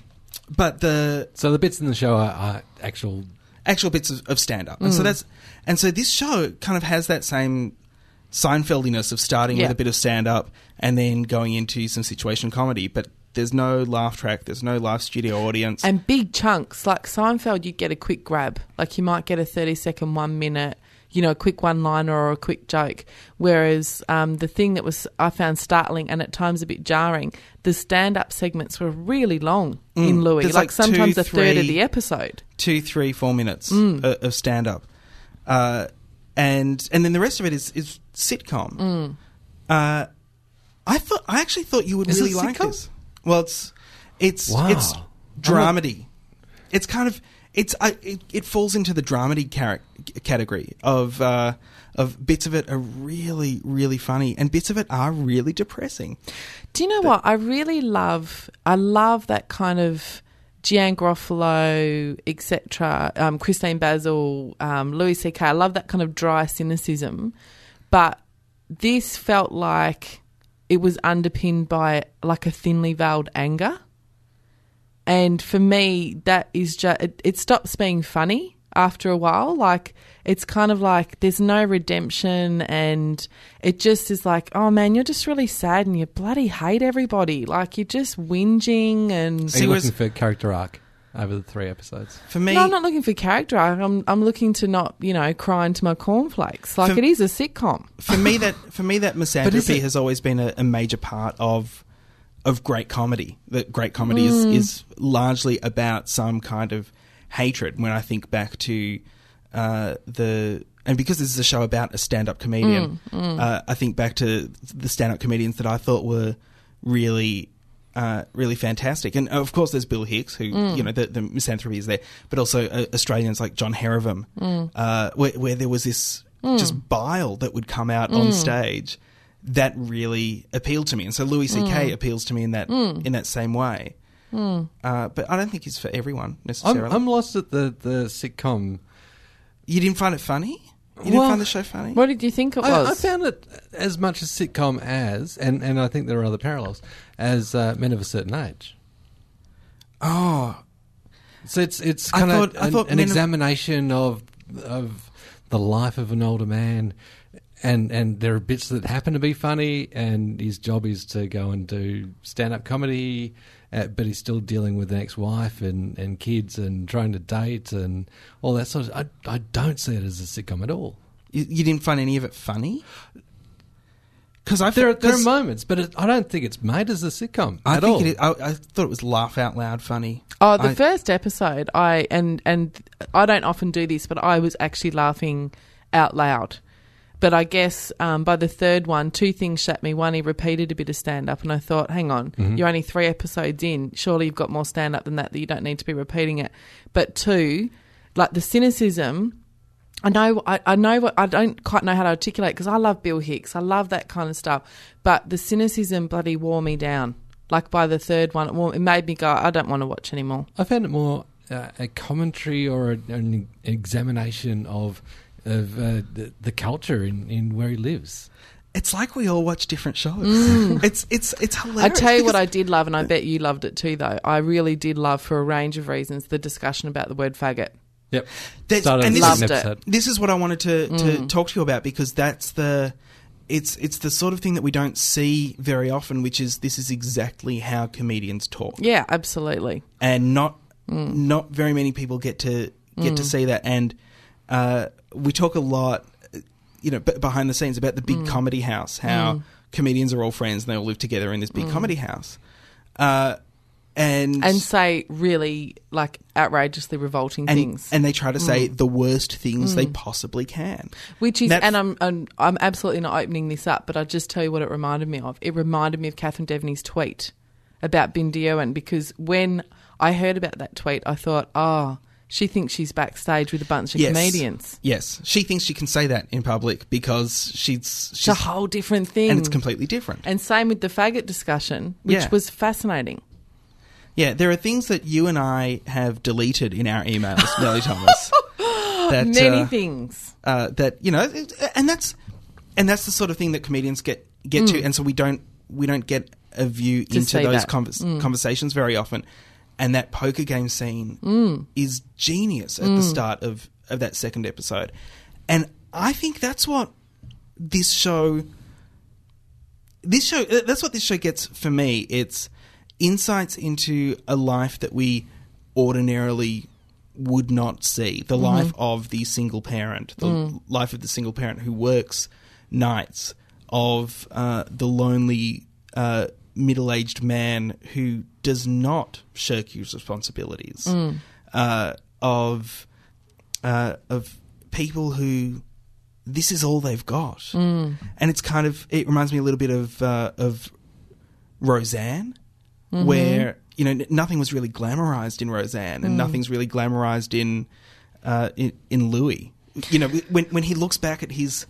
Speaker 2: but the
Speaker 1: So the bits in the show are, are actual.
Speaker 2: actual bits of, of stand up. And so that's and so this show kind of has that same Seinfeldiness of starting
Speaker 3: Yeah.
Speaker 2: with a bit of stand up and then going into some situation comedy, but there's no laugh track, there's no live studio audience.
Speaker 3: And big chunks. Like Seinfeld, you get a quick grab. Like you might get a 30 second, one minute, you know, a quick one liner or a quick joke. Whereas um, the thing that was, I found startling and at times a bit jarring, the stand up segments were really long in Louis.
Speaker 2: Mm. There's
Speaker 3: Like,
Speaker 2: like two,
Speaker 3: sometimes a third
Speaker 2: three-
Speaker 3: of the episode.
Speaker 2: Two, three, four minutes o of, stand up. Uh, and and then the rest of it is, is sitcom. Uh, I thought I actually thought you would
Speaker 1: Is it
Speaker 2: really like
Speaker 1: sitcom?
Speaker 2: this. Well, it's it's
Speaker 1: Wow.
Speaker 2: it's
Speaker 1: I'm
Speaker 2: dramedy. It's kind of it's I, it, it falls into the dramedy charac- category of uh, of bits of it are really really funny and bits of it are really depressing.
Speaker 3: Do you know what I really love? I love that kind of Gian Garofalo, etc. Um, Christine Basil, um, Louis C.K. I love that kind of dry cynicism, but this felt like it was underpinned by like a thinly veiled anger, and for me, that is just it, it stops being funny after a while. Like it's kind of like there's no redemption, and it just is like, oh man, you're just really sad, and you bloody hate everybody. Like you're just whinging and.
Speaker 1: Are you
Speaker 2: See, whereas-
Speaker 1: looking for character arc over the three episodes?
Speaker 2: For me,
Speaker 3: No, I'm not looking for character arc. I'm I'm looking to not, you know, cry into my cornflakes. Like
Speaker 2: For-
Speaker 3: it is a sitcom.
Speaker 2: for me that for me that misanthropy
Speaker 1: it-
Speaker 2: has always been a, a major part of of great comedy. That great comedy is, is largely about some kind of hatred. When I think back to uh, the and because this is a show about a stand up comedian, Uh, I think back to the stand up comedians that I thought were really. Uh, really fantastic, and uh, of course there's Bill Hicks, who
Speaker 1: Mm.
Speaker 2: you know the, the misanthropy is there, but also uh, Australians like John Herivim,
Speaker 1: Mm.
Speaker 2: uh, where, where there was this just bile that would come out
Speaker 1: Mm.
Speaker 2: on stage that really appealed to me, and so Louis
Speaker 1: Mm.
Speaker 2: C.K. appeals to me in that in that same way. Uh, but I don't think it's for everyone
Speaker 1: I'm,
Speaker 2: necessarily.
Speaker 1: Mm. I'm lost at the, the sitcom.
Speaker 2: you didn't find it funny? You didn't
Speaker 1: Well,
Speaker 2: find the show funny?
Speaker 3: What did you think it
Speaker 1: I, I
Speaker 3: was?
Speaker 1: found it as much a sitcom as, and, and I think there are other parallels, as uh, Men of a Certain Age.
Speaker 2: Oh,
Speaker 1: So it's it's
Speaker 2: I
Speaker 1: kind
Speaker 2: thought-
Speaker 1: of
Speaker 2: I
Speaker 1: an,
Speaker 2: thought
Speaker 1: an
Speaker 2: men of-
Speaker 1: examination of of the life of an older man, and and there are bits that happen to be funny, and his job is to go and do stand up comedy, uh, but he's still dealing with an ex wife and and kids and trying to date and all that sort of. I I don't see it as a sitcom at all.
Speaker 2: you, you didn't find any of it funny? Because I
Speaker 1: There are, there are
Speaker 2: 'cause
Speaker 1: moments, but it, I don't think it's made as a sitcom
Speaker 2: I
Speaker 1: at
Speaker 2: think
Speaker 1: all.
Speaker 2: it, I, I thought it was laugh out loud funny.
Speaker 3: Oh, the
Speaker 2: I-
Speaker 3: first episode, I and and I don't often do this, but I was actually laughing out loud. But I guess um, by the third one, two things shut me. One, he repeated a bit of stand up, and I thought, hang on, you're only three episodes in. Surely you've got more stand up than that that you don't need to be repeating it. But two, like the cynicism I know, I, I know what I don't quite know how to articulate because I love Bill Hicks, I love that kind of stuff, but the cynicism bloody wore me down. Like by the third one, it, wore, it made me go, I don't want to watch anymore.
Speaker 1: I found it more uh, a commentary or a, an examination of of uh, the, the culture in, in where he lives.
Speaker 2: It's like we all watch different shows. It's it's it's
Speaker 3: Mm. I
Speaker 2: hilarious.
Speaker 3: tell you what
Speaker 2: because-
Speaker 3: I did love, and I bet you loved it too, though. I really did love, for a range of reasons, the discussion about the word faggot.
Speaker 1: Yep.
Speaker 2: That's-
Speaker 1: Started
Speaker 2: and
Speaker 1: with
Speaker 2: this
Speaker 1: an
Speaker 3: is-
Speaker 1: episode.
Speaker 2: this is what I wanted to, to
Speaker 3: Mm.
Speaker 2: talk to you about because that's the it's it's the sort of thing that we don't see very often, which is this is exactly how comedians talk,
Speaker 3: Yeah, Mm. absolutely.
Speaker 2: and not not very many people get to get
Speaker 3: Mm.
Speaker 2: to see that. And uh, we talk a lot, you know, b- behind the scenes about the
Speaker 3: Mm.
Speaker 2: big comedy house, how comedians are all friends and they all live together in this big comedy house, uh, and
Speaker 3: Mm. And say really, like, outrageously revolting
Speaker 2: and,
Speaker 3: things. Mm.
Speaker 2: and they try to say the worst things they possibly can,
Speaker 3: Which is,
Speaker 2: That-
Speaker 3: and I'm, I'm I'm absolutely not opening this up, but I just tell you what it reminded me of. It reminded me of Catherine Devaney's tweet about Bindi Owen because when I heard about that tweet, I thought, ah, she thinks she's backstage with a bunch of comedians.
Speaker 2: Yes, she thinks she can say that in public because she's
Speaker 3: It's a
Speaker 2: she's
Speaker 3: whole different thing.
Speaker 2: and it's completely different.
Speaker 3: And same with the faggot discussion, which
Speaker 2: Yeah.
Speaker 3: was fascinating.
Speaker 2: yeah, there are things that you and I have deleted in our emails, Nellie Thomas. That,
Speaker 3: Many
Speaker 2: uh,
Speaker 3: things.
Speaker 2: uh, that you know, it- and that's and that's the sort of thing that comedians get get to, and so we don't we don't get a view into
Speaker 3: see
Speaker 2: those
Speaker 3: that.
Speaker 2: convers conversations very often. And that poker game scene is genius at the start of of that second episode, and I think that's what this show this show uh, that's what this show gets for me it's insights into a life that we ordinarily would not see the life of the single parent the life of the single parent who works nights of uh, the lonely uh, middle-aged man who does not shirk his responsibilities uh, of uh, of people who this is all they've got, and it's kind of it reminds me a little bit of uh, of Roseanne,
Speaker 3: Mm-hmm.
Speaker 2: where you know n- nothing was really glamorized in Roseanne,
Speaker 3: Mm.
Speaker 2: and nothing's really glamorized in uh, in, in Louis. You know, when when he looks back at his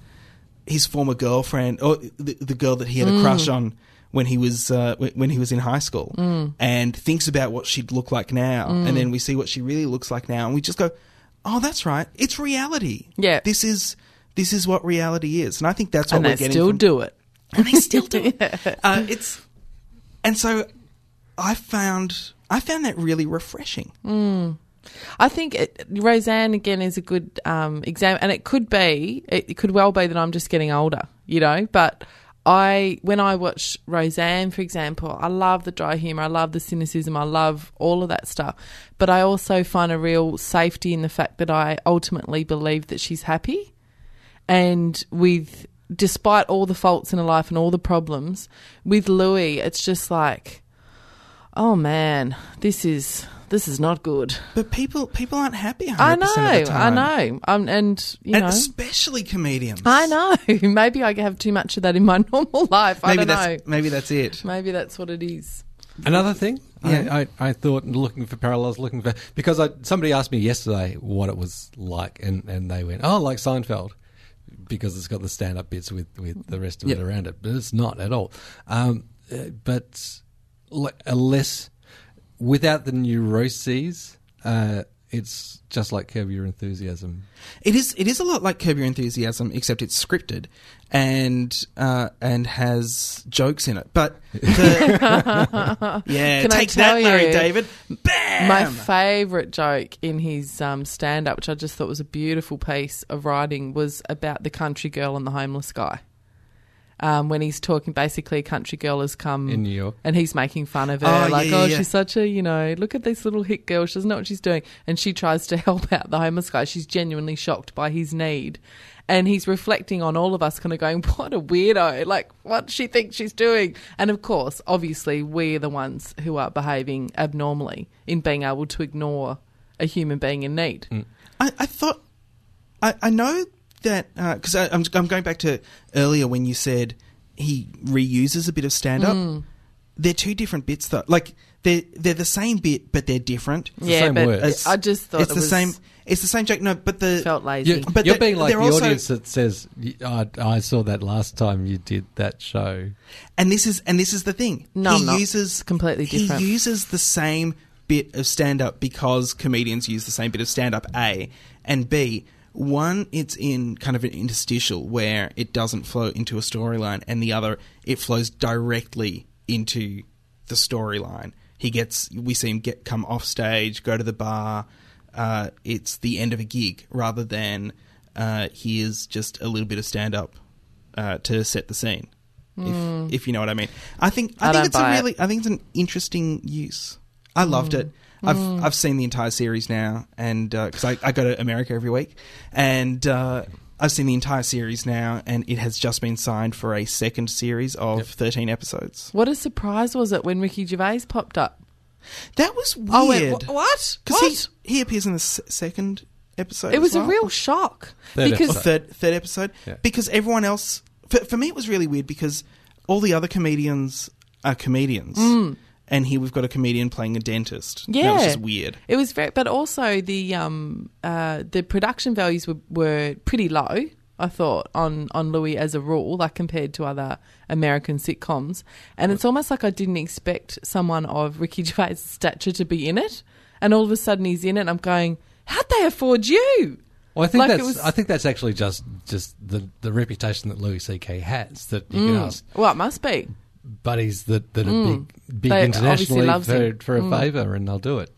Speaker 2: his former girlfriend or the, the girl that he had
Speaker 3: Mm.
Speaker 2: a crush on when he was uh, wh- when he was in high school,
Speaker 3: Mm.
Speaker 2: and thinks about what she'd look like now, and then we see what she really looks like now, and we just go, "Oh, that's right, it's reality.
Speaker 3: Yeah.
Speaker 2: this is this is what reality is." And I think that's what
Speaker 3: And
Speaker 2: we're
Speaker 3: they
Speaker 2: getting.
Speaker 3: still
Speaker 2: from-
Speaker 3: do it.
Speaker 2: and they still do. it. Uh, it's and so I found I found that really refreshing.
Speaker 3: I think it, Roseanne again is a good um, exam, and it could be, it, could well be that I'm just getting older, you know. But I, when I watch Roseanne, for example, I love the dry humor, I love the cynicism, I love all of that stuff. But I also find a real safety in the fact that I ultimately believe that she's happy, and with despite all the faults in her life and all the problems with Louis, it's just like, oh man, this is this is not good.
Speaker 2: But people people aren't happy. 100%
Speaker 3: I
Speaker 2: of
Speaker 3: know,
Speaker 2: the
Speaker 3: I
Speaker 2: time.
Speaker 3: know, um, and you
Speaker 2: and
Speaker 3: know,
Speaker 2: especially comedians.
Speaker 3: I know. Maybe I have too much of that in my normal life. I
Speaker 2: Maybe
Speaker 3: don't know.
Speaker 2: that's maybe that's it.
Speaker 3: Maybe that's what it is.
Speaker 1: Another thing,
Speaker 2: Yeah.
Speaker 1: I, I, I thought looking for parallels, looking for because I, somebody asked me yesterday what it was like, and, and they went, "Oh, like Seinfeld," because it's got the stand-up bits with, with the rest of
Speaker 2: Yep.
Speaker 1: it around it, but it's not at all. Um, uh, but l- a less without the neuroses, uh, it's just like Curb Your Enthusiasm.
Speaker 2: It is it is a lot like Curb Your Enthusiasm, except it's scripted and uh, and has jokes in it. But the, yeah,
Speaker 3: Can I
Speaker 2: take that,
Speaker 3: tell
Speaker 2: Larry
Speaker 3: you,
Speaker 2: David. Bam.
Speaker 3: My favourite joke in his um, stand-up, which I just thought was a beautiful piece of writing, was about the country girl and the homeless guy. Um, when he's talking, basically, a country girl has come
Speaker 1: In New York.
Speaker 3: and he's making fun of her,
Speaker 2: Oh, yeah,
Speaker 3: like,
Speaker 2: yeah,
Speaker 3: "Oh,
Speaker 2: yeah.
Speaker 3: she's such a you know, look at this little hit girl. She doesn't know what she's doing." And she tries to help out the homeless guy. She's genuinely shocked by his need, and he's reflecting on all of us, kind of going, "What a weirdo! Like, what she thinks she's doing?" And of course, obviously, we're the ones who are behaving abnormally in being able to ignore a human being in need.
Speaker 2: Mm. I, I thought I, I know that because I I'm, I'm going back to earlier when you said he reuses a bit of stand up.
Speaker 3: Hmm.
Speaker 2: They're two different bits though. Like they're they're the same bit, but they're different.
Speaker 1: the
Speaker 3: yeah,
Speaker 1: same
Speaker 3: but
Speaker 1: word.
Speaker 2: It's-
Speaker 3: I just thought
Speaker 2: it's
Speaker 3: it
Speaker 2: the
Speaker 3: was-
Speaker 2: same. It's the same joke. No, but the
Speaker 3: felt lazy.
Speaker 1: You,
Speaker 2: But
Speaker 1: but you're
Speaker 2: they-
Speaker 1: being like the
Speaker 2: they're also-
Speaker 1: audience that says, "Y- I, "I saw that last time you did that show."
Speaker 2: and this is and this is the thing.
Speaker 3: No,
Speaker 2: he
Speaker 3: I'm not.
Speaker 2: uses
Speaker 3: It's completely different.
Speaker 2: He uses the same bit of stand up because comedians use the same bit of stand up. A and B. One, it's in kind of an interstitial where it doesn't flow into a storyline, and the other, it flows directly into the storyline. He gets, we see him get come off stage, go to the bar. Uh, it's the end of a gig rather than uh, he is just a little bit of stand up uh, to set the scene. If, if you know what I mean, I think I,
Speaker 3: Hmm. I
Speaker 2: think
Speaker 3: don't
Speaker 2: it's a
Speaker 3: buy it.
Speaker 2: really I think it's an interesting use. I loved
Speaker 3: Mm.
Speaker 2: it. I've I've seen the entire series now, and because I, I go to America every week, and uh, I've seen the entire series now, and it has just been signed for a second series of thirteen episodes.
Speaker 3: What a surprise was it when Ricky Gervais popped up?
Speaker 2: That was weird.
Speaker 3: I went, "Wha- what? What?
Speaker 2: Because he he appears in the s- second episode.
Speaker 3: it was
Speaker 2: as
Speaker 3: a
Speaker 2: well.
Speaker 3: real shock
Speaker 1: Third
Speaker 2: or
Speaker 3: because
Speaker 1: episode.
Speaker 2: third third episode
Speaker 1: Yeah.
Speaker 2: because everyone else for, for me it was really weird because all the other comedians are comedians and here we've got a comedian playing a dentist that was
Speaker 3: Mm. Yeah.
Speaker 2: just weird
Speaker 3: It was very, but also the um uh the production values were, were pretty low. I thought on on Louis as a rule, like compared to other American sitcoms, and it's almost like I didn't expect someone of Ricky Gervais' stature to be in it, and all of a sudden he's in it. and I'm going, how'd they afford you?
Speaker 1: Well, I think
Speaker 3: Like, it
Speaker 1: that's
Speaker 3: was-
Speaker 1: I think that's actually just just the, the reputation that Louis C.K. has that you can ask
Speaker 3: Well, it must be.
Speaker 1: buddies that, that are big big
Speaker 3: Mm. They obviously
Speaker 1: internationally
Speaker 3: loves
Speaker 1: for,
Speaker 3: him. Mm.
Speaker 1: for a favour and they'll do it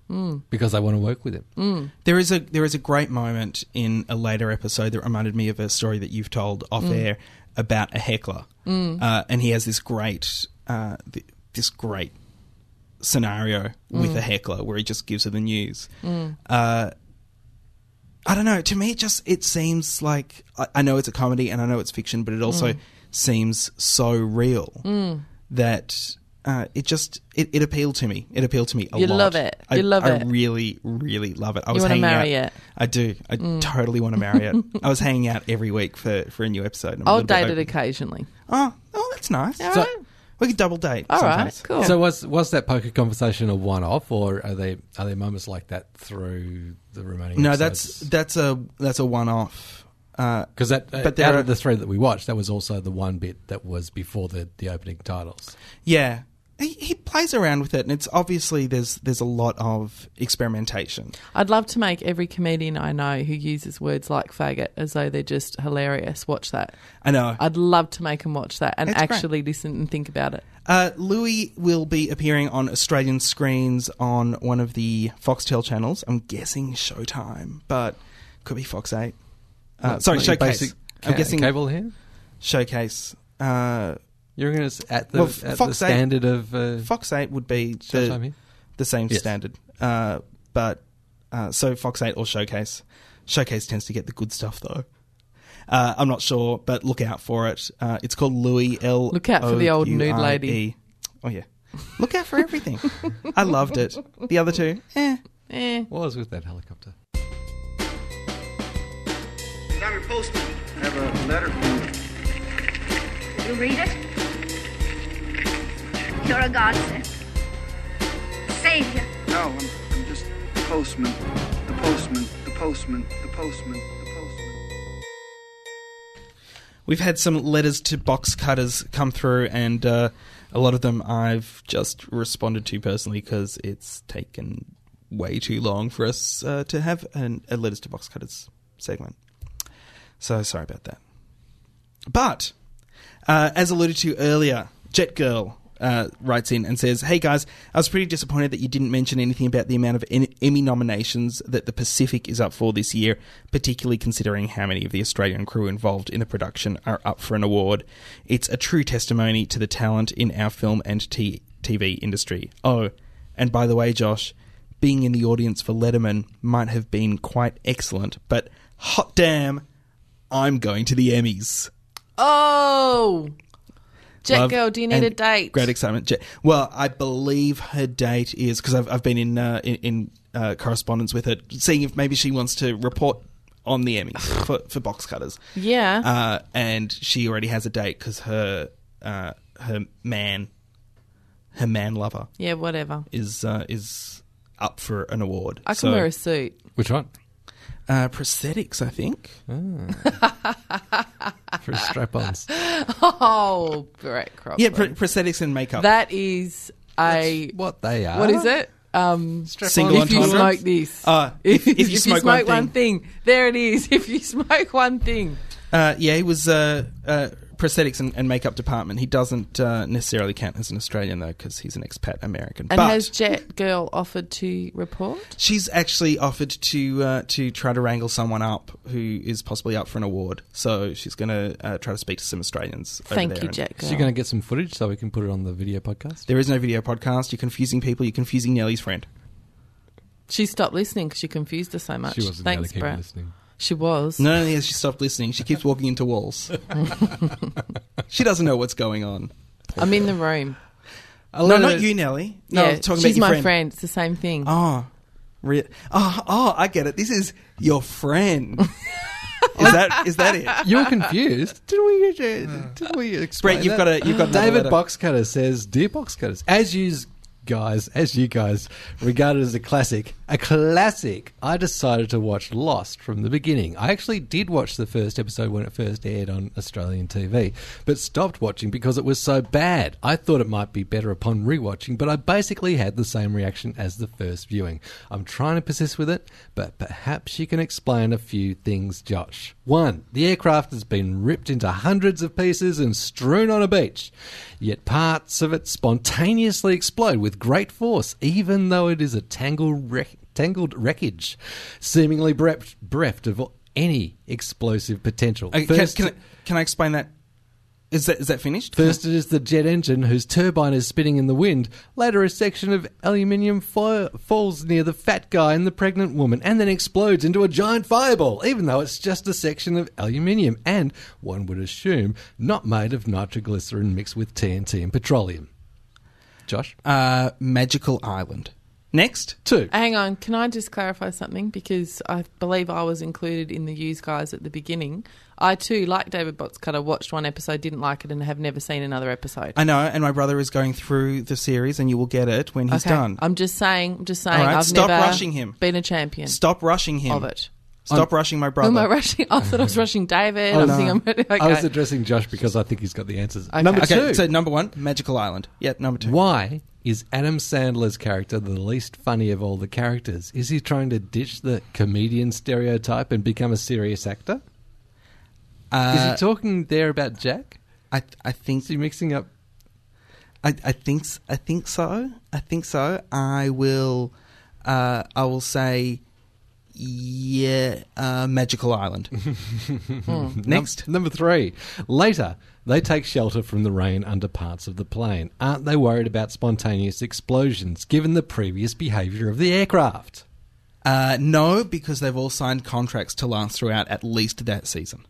Speaker 1: because they want to work with him.
Speaker 2: there is a there is a great moment in a later episode that reminded me of a story that you've told off
Speaker 3: Mm.
Speaker 2: air about a heckler uh, and he has this great uh, th- this great scenario with
Speaker 3: Mm.
Speaker 2: a heckler where he just gives her the news uh, I don't know. To me, it just it seems like I, I know it's a comedy and I know it's fiction, but it
Speaker 3: Mm.
Speaker 2: also seems so real that uh, it just it, it appealed to me. It appealed to me a
Speaker 3: You
Speaker 2: lot.
Speaker 3: love it.
Speaker 2: I,
Speaker 3: You love
Speaker 2: I
Speaker 3: it.
Speaker 2: really, really love it. I was
Speaker 3: wanna
Speaker 2: hanging
Speaker 3: marry
Speaker 2: out.
Speaker 3: it. Mm.
Speaker 2: I do. I totally want to marry it. I was hanging out every week for for a new episode. and I'm a
Speaker 3: I'll
Speaker 2: little bit
Speaker 3: date it
Speaker 2: open.
Speaker 3: occasionally.
Speaker 2: Oh, oh, that's nice.
Speaker 3: All
Speaker 1: So-
Speaker 3: right.
Speaker 2: we could double date.
Speaker 3: All right,
Speaker 2: sometimes.
Speaker 3: cool.
Speaker 1: So was was that poker conversation a one off or are they are there moments like that through the remaining
Speaker 2: No, that's that's a that's a one off. Uh,
Speaker 1: because that uh,
Speaker 2: but there
Speaker 1: out
Speaker 2: are-
Speaker 1: of the three that we watched, that was also the one bit that was before the, the opening titles.
Speaker 2: Yeah. He, he plays around with it, and it's obviously there's there's a lot of experimentation.
Speaker 3: I'd love to make every comedian I know who uses words like faggot as though they're just hilarious watch that.
Speaker 2: I know.
Speaker 3: I'd love to make them watch that and
Speaker 2: It's great.
Speaker 3: actually listen and think about it.
Speaker 2: Uh, Louis will be appearing on Australian screens on one of the Foxtel channels. I'm guessing Showtime, but could be Fox Eight. Uh, sorry,
Speaker 1: Like
Speaker 2: Showcase.
Speaker 1: basic
Speaker 2: I'm
Speaker 1: ca-
Speaker 2: guessing
Speaker 1: cable here.
Speaker 2: Showcase. Uh,
Speaker 1: You're going to at the,
Speaker 2: Well, f-
Speaker 1: at the
Speaker 2: Fox eight-
Speaker 1: standard of uh,
Speaker 2: Fox Eight would be
Speaker 1: Showtime
Speaker 2: the,
Speaker 1: here?
Speaker 2: the same
Speaker 1: Yes.
Speaker 2: standard, uh, but uh, so Fox Eight or Showcase. Showcase tends to get the good stuff though. Uh, I'm not sure, but look out for it. Uh, it's called Louis L.
Speaker 3: Look out for the old nude
Speaker 2: O
Speaker 3: lady.
Speaker 2: U I E. Oh yeah, look out for everything. I loved it. The other two, eh?
Speaker 3: Eh.
Speaker 1: what was with that helicopter?
Speaker 7: Dr. Postman. I have a letter from
Speaker 8: You read it? You're a godsend. Savior.
Speaker 7: No, I'm, I'm just the postman. The postman. The postman. The postman. The postman.
Speaker 2: We've had some letters to box cutters come through, and uh, a lot of them I've just responded to personally because it's taken way too long for us uh, to have an, a letters to box cutters segment. So sorry about that. But uh, as alluded to earlier, Jet Girl uh, writes in and says, "Hey guys, I was pretty disappointed that you didn't mention anything about the amount of en- Emmy nominations that the Pacific is up for this year, particularly considering how many of the Australian crew involved in the production are up for an award. It's a true testimony to the talent in our film and t- TV industry. Oh, and by the way, Josh." Being in the audience for Letterman might have been quite excellent, but hot damn, I'm going to the Emmys.
Speaker 3: Oh. Jet
Speaker 2: Love
Speaker 3: girl, do you need a
Speaker 2: and
Speaker 3: date?
Speaker 2: Great excitement. Jet- Well, I believe her date is because I've, I've been in uh, in, in uh, correspondence with her, seeing if maybe she wants to report on the Emmys for, for box cutters.
Speaker 3: Yeah.
Speaker 2: Uh, and she already has a date because her uh, her man her man lover
Speaker 3: yeah, whatever.
Speaker 2: is uh, is up for an award.
Speaker 3: I can
Speaker 2: So,
Speaker 3: wear a suit.
Speaker 1: Which one?
Speaker 2: uh, prosthetics, I think.
Speaker 1: For strap-ons.
Speaker 3: Oh, Brett Cropper.
Speaker 2: Yeah, pr- prosthetics and makeup.
Speaker 3: that is a
Speaker 1: what they are?
Speaker 3: what is it? um,
Speaker 2: Single
Speaker 3: if you
Speaker 2: entendre?
Speaker 3: smoke this.
Speaker 2: Uh, if, if you smoke, one, thing.
Speaker 3: there it is. If you smoke one thing,
Speaker 2: Uh, yeah, he was uh, uh, prosthetics and, and makeup department. He doesn't uh, necessarily count as an Australian though, because he's an expat American.
Speaker 3: and
Speaker 2: but
Speaker 3: has Jet Girl offered to report?
Speaker 2: she's actually offered to uh, to try to wrangle someone up who is possibly up for an award. So she's going to uh, try to speak to some Australians. over
Speaker 3: Thank
Speaker 2: there
Speaker 3: you,
Speaker 2: and-
Speaker 3: Jet Girl.
Speaker 1: So you're going to get some footage so we can put it on the video podcast.
Speaker 2: There is no video podcast. You're confusing people. You're confusing Nelly's friend.
Speaker 3: she stopped listening because she confused us so much.
Speaker 1: She wasn't
Speaker 3: Thanks,
Speaker 1: going to keep
Speaker 3: Brett.
Speaker 1: listening.
Speaker 3: She was.
Speaker 2: Not only has she stopped listening, she keeps walking into walls. she doesn't know what's going on.
Speaker 3: I'm in the room.
Speaker 2: no,
Speaker 3: no,
Speaker 2: not you, Nelly. No,
Speaker 3: yeah,
Speaker 2: I'm talking
Speaker 3: she's
Speaker 2: about your
Speaker 3: my
Speaker 2: friend.
Speaker 3: friend. It's the same thing.
Speaker 2: Oh, re- oh, oh, I get it. This is your friend. is that is that it?
Speaker 1: You're confused. Didn't we? uh, Didn't we explain
Speaker 2: Brett, you've
Speaker 1: that?
Speaker 2: got a- you've got another
Speaker 1: David
Speaker 2: letter.
Speaker 1: Boxcutter says, "Dear Boxcutters, as you guys, as you guys regard it as a classic, a classic, I decided to watch Lost from the beginning. I actually did watch the first episode when it first aired on Australian TV, but stopped watching because it was so bad. I thought it might be better upon rewatching, but I basically had the same reaction as the first viewing. I'm trying to persist with it, but perhaps you can explain a few things, Josh. One, the aircraft has been ripped into hundreds of pieces and strewn on a beach, yet parts of it spontaneously explode with great force, even though it is a tangled, wreck- tangled wreckage, seemingly bereft, bereft of any explosive potential.
Speaker 2: Okay,
Speaker 1: First-
Speaker 2: can, can, I, can I explain that? Is that is that finished?
Speaker 1: First, it is the jet engine whose turbine is spinning in the wind. Later, a section of aluminium fo- falls near the fat guy and the pregnant woman and then explodes into a giant fireball, even though it's just a section of aluminium and, one would assume, not made of nitroglycerin mixed with TNT and petroleum. Josh?
Speaker 2: Uh, Magical Island. Next.
Speaker 1: Two.
Speaker 3: Hang on, can I just clarify something? Because I believe I was included in the use guys at the beginning. I too, like David Boxcutter, watched one episode, didn't like it, and have never seen another episode.
Speaker 2: I know, and my brother is going through the series, and you will get it when he's
Speaker 3: okay.
Speaker 2: done.
Speaker 3: I'm just saying. I'm just saying.
Speaker 2: All right,
Speaker 3: I've
Speaker 2: stop
Speaker 3: never
Speaker 2: rushing him.
Speaker 3: Been a champion
Speaker 2: Stop rushing him.
Speaker 3: of it.
Speaker 2: Stop rushing my brother.
Speaker 3: Am I rushing? I thought I was rushing David.
Speaker 1: Oh,
Speaker 3: I'm
Speaker 1: no.
Speaker 3: thinking I'm okay.
Speaker 1: I was addressing Josh because I think he's got the answers.
Speaker 3: Okay.
Speaker 1: Number
Speaker 2: okay,
Speaker 1: two.
Speaker 2: so number one, Magical Island. Yeah, number two.
Speaker 1: Why is Adam Sandler's character the least funny of all the characters? Is he trying to ditch the comedian stereotype and become a serious actor? is
Speaker 2: Uh,
Speaker 1: he talking there about Jack?
Speaker 2: I I think
Speaker 1: Is he mixing up?
Speaker 2: I, I think s- I think so. I think so. I will. Uh, I will say, yeah, uh, Magical Island. Hmm. Next,
Speaker 1: Num- number three. Later, they take shelter from the rain under parts of the plane. Aren't they worried about spontaneous explosions given the previous behaviour of the aircraft?
Speaker 2: uh, no, because they've all signed contracts to last throughout at least that season.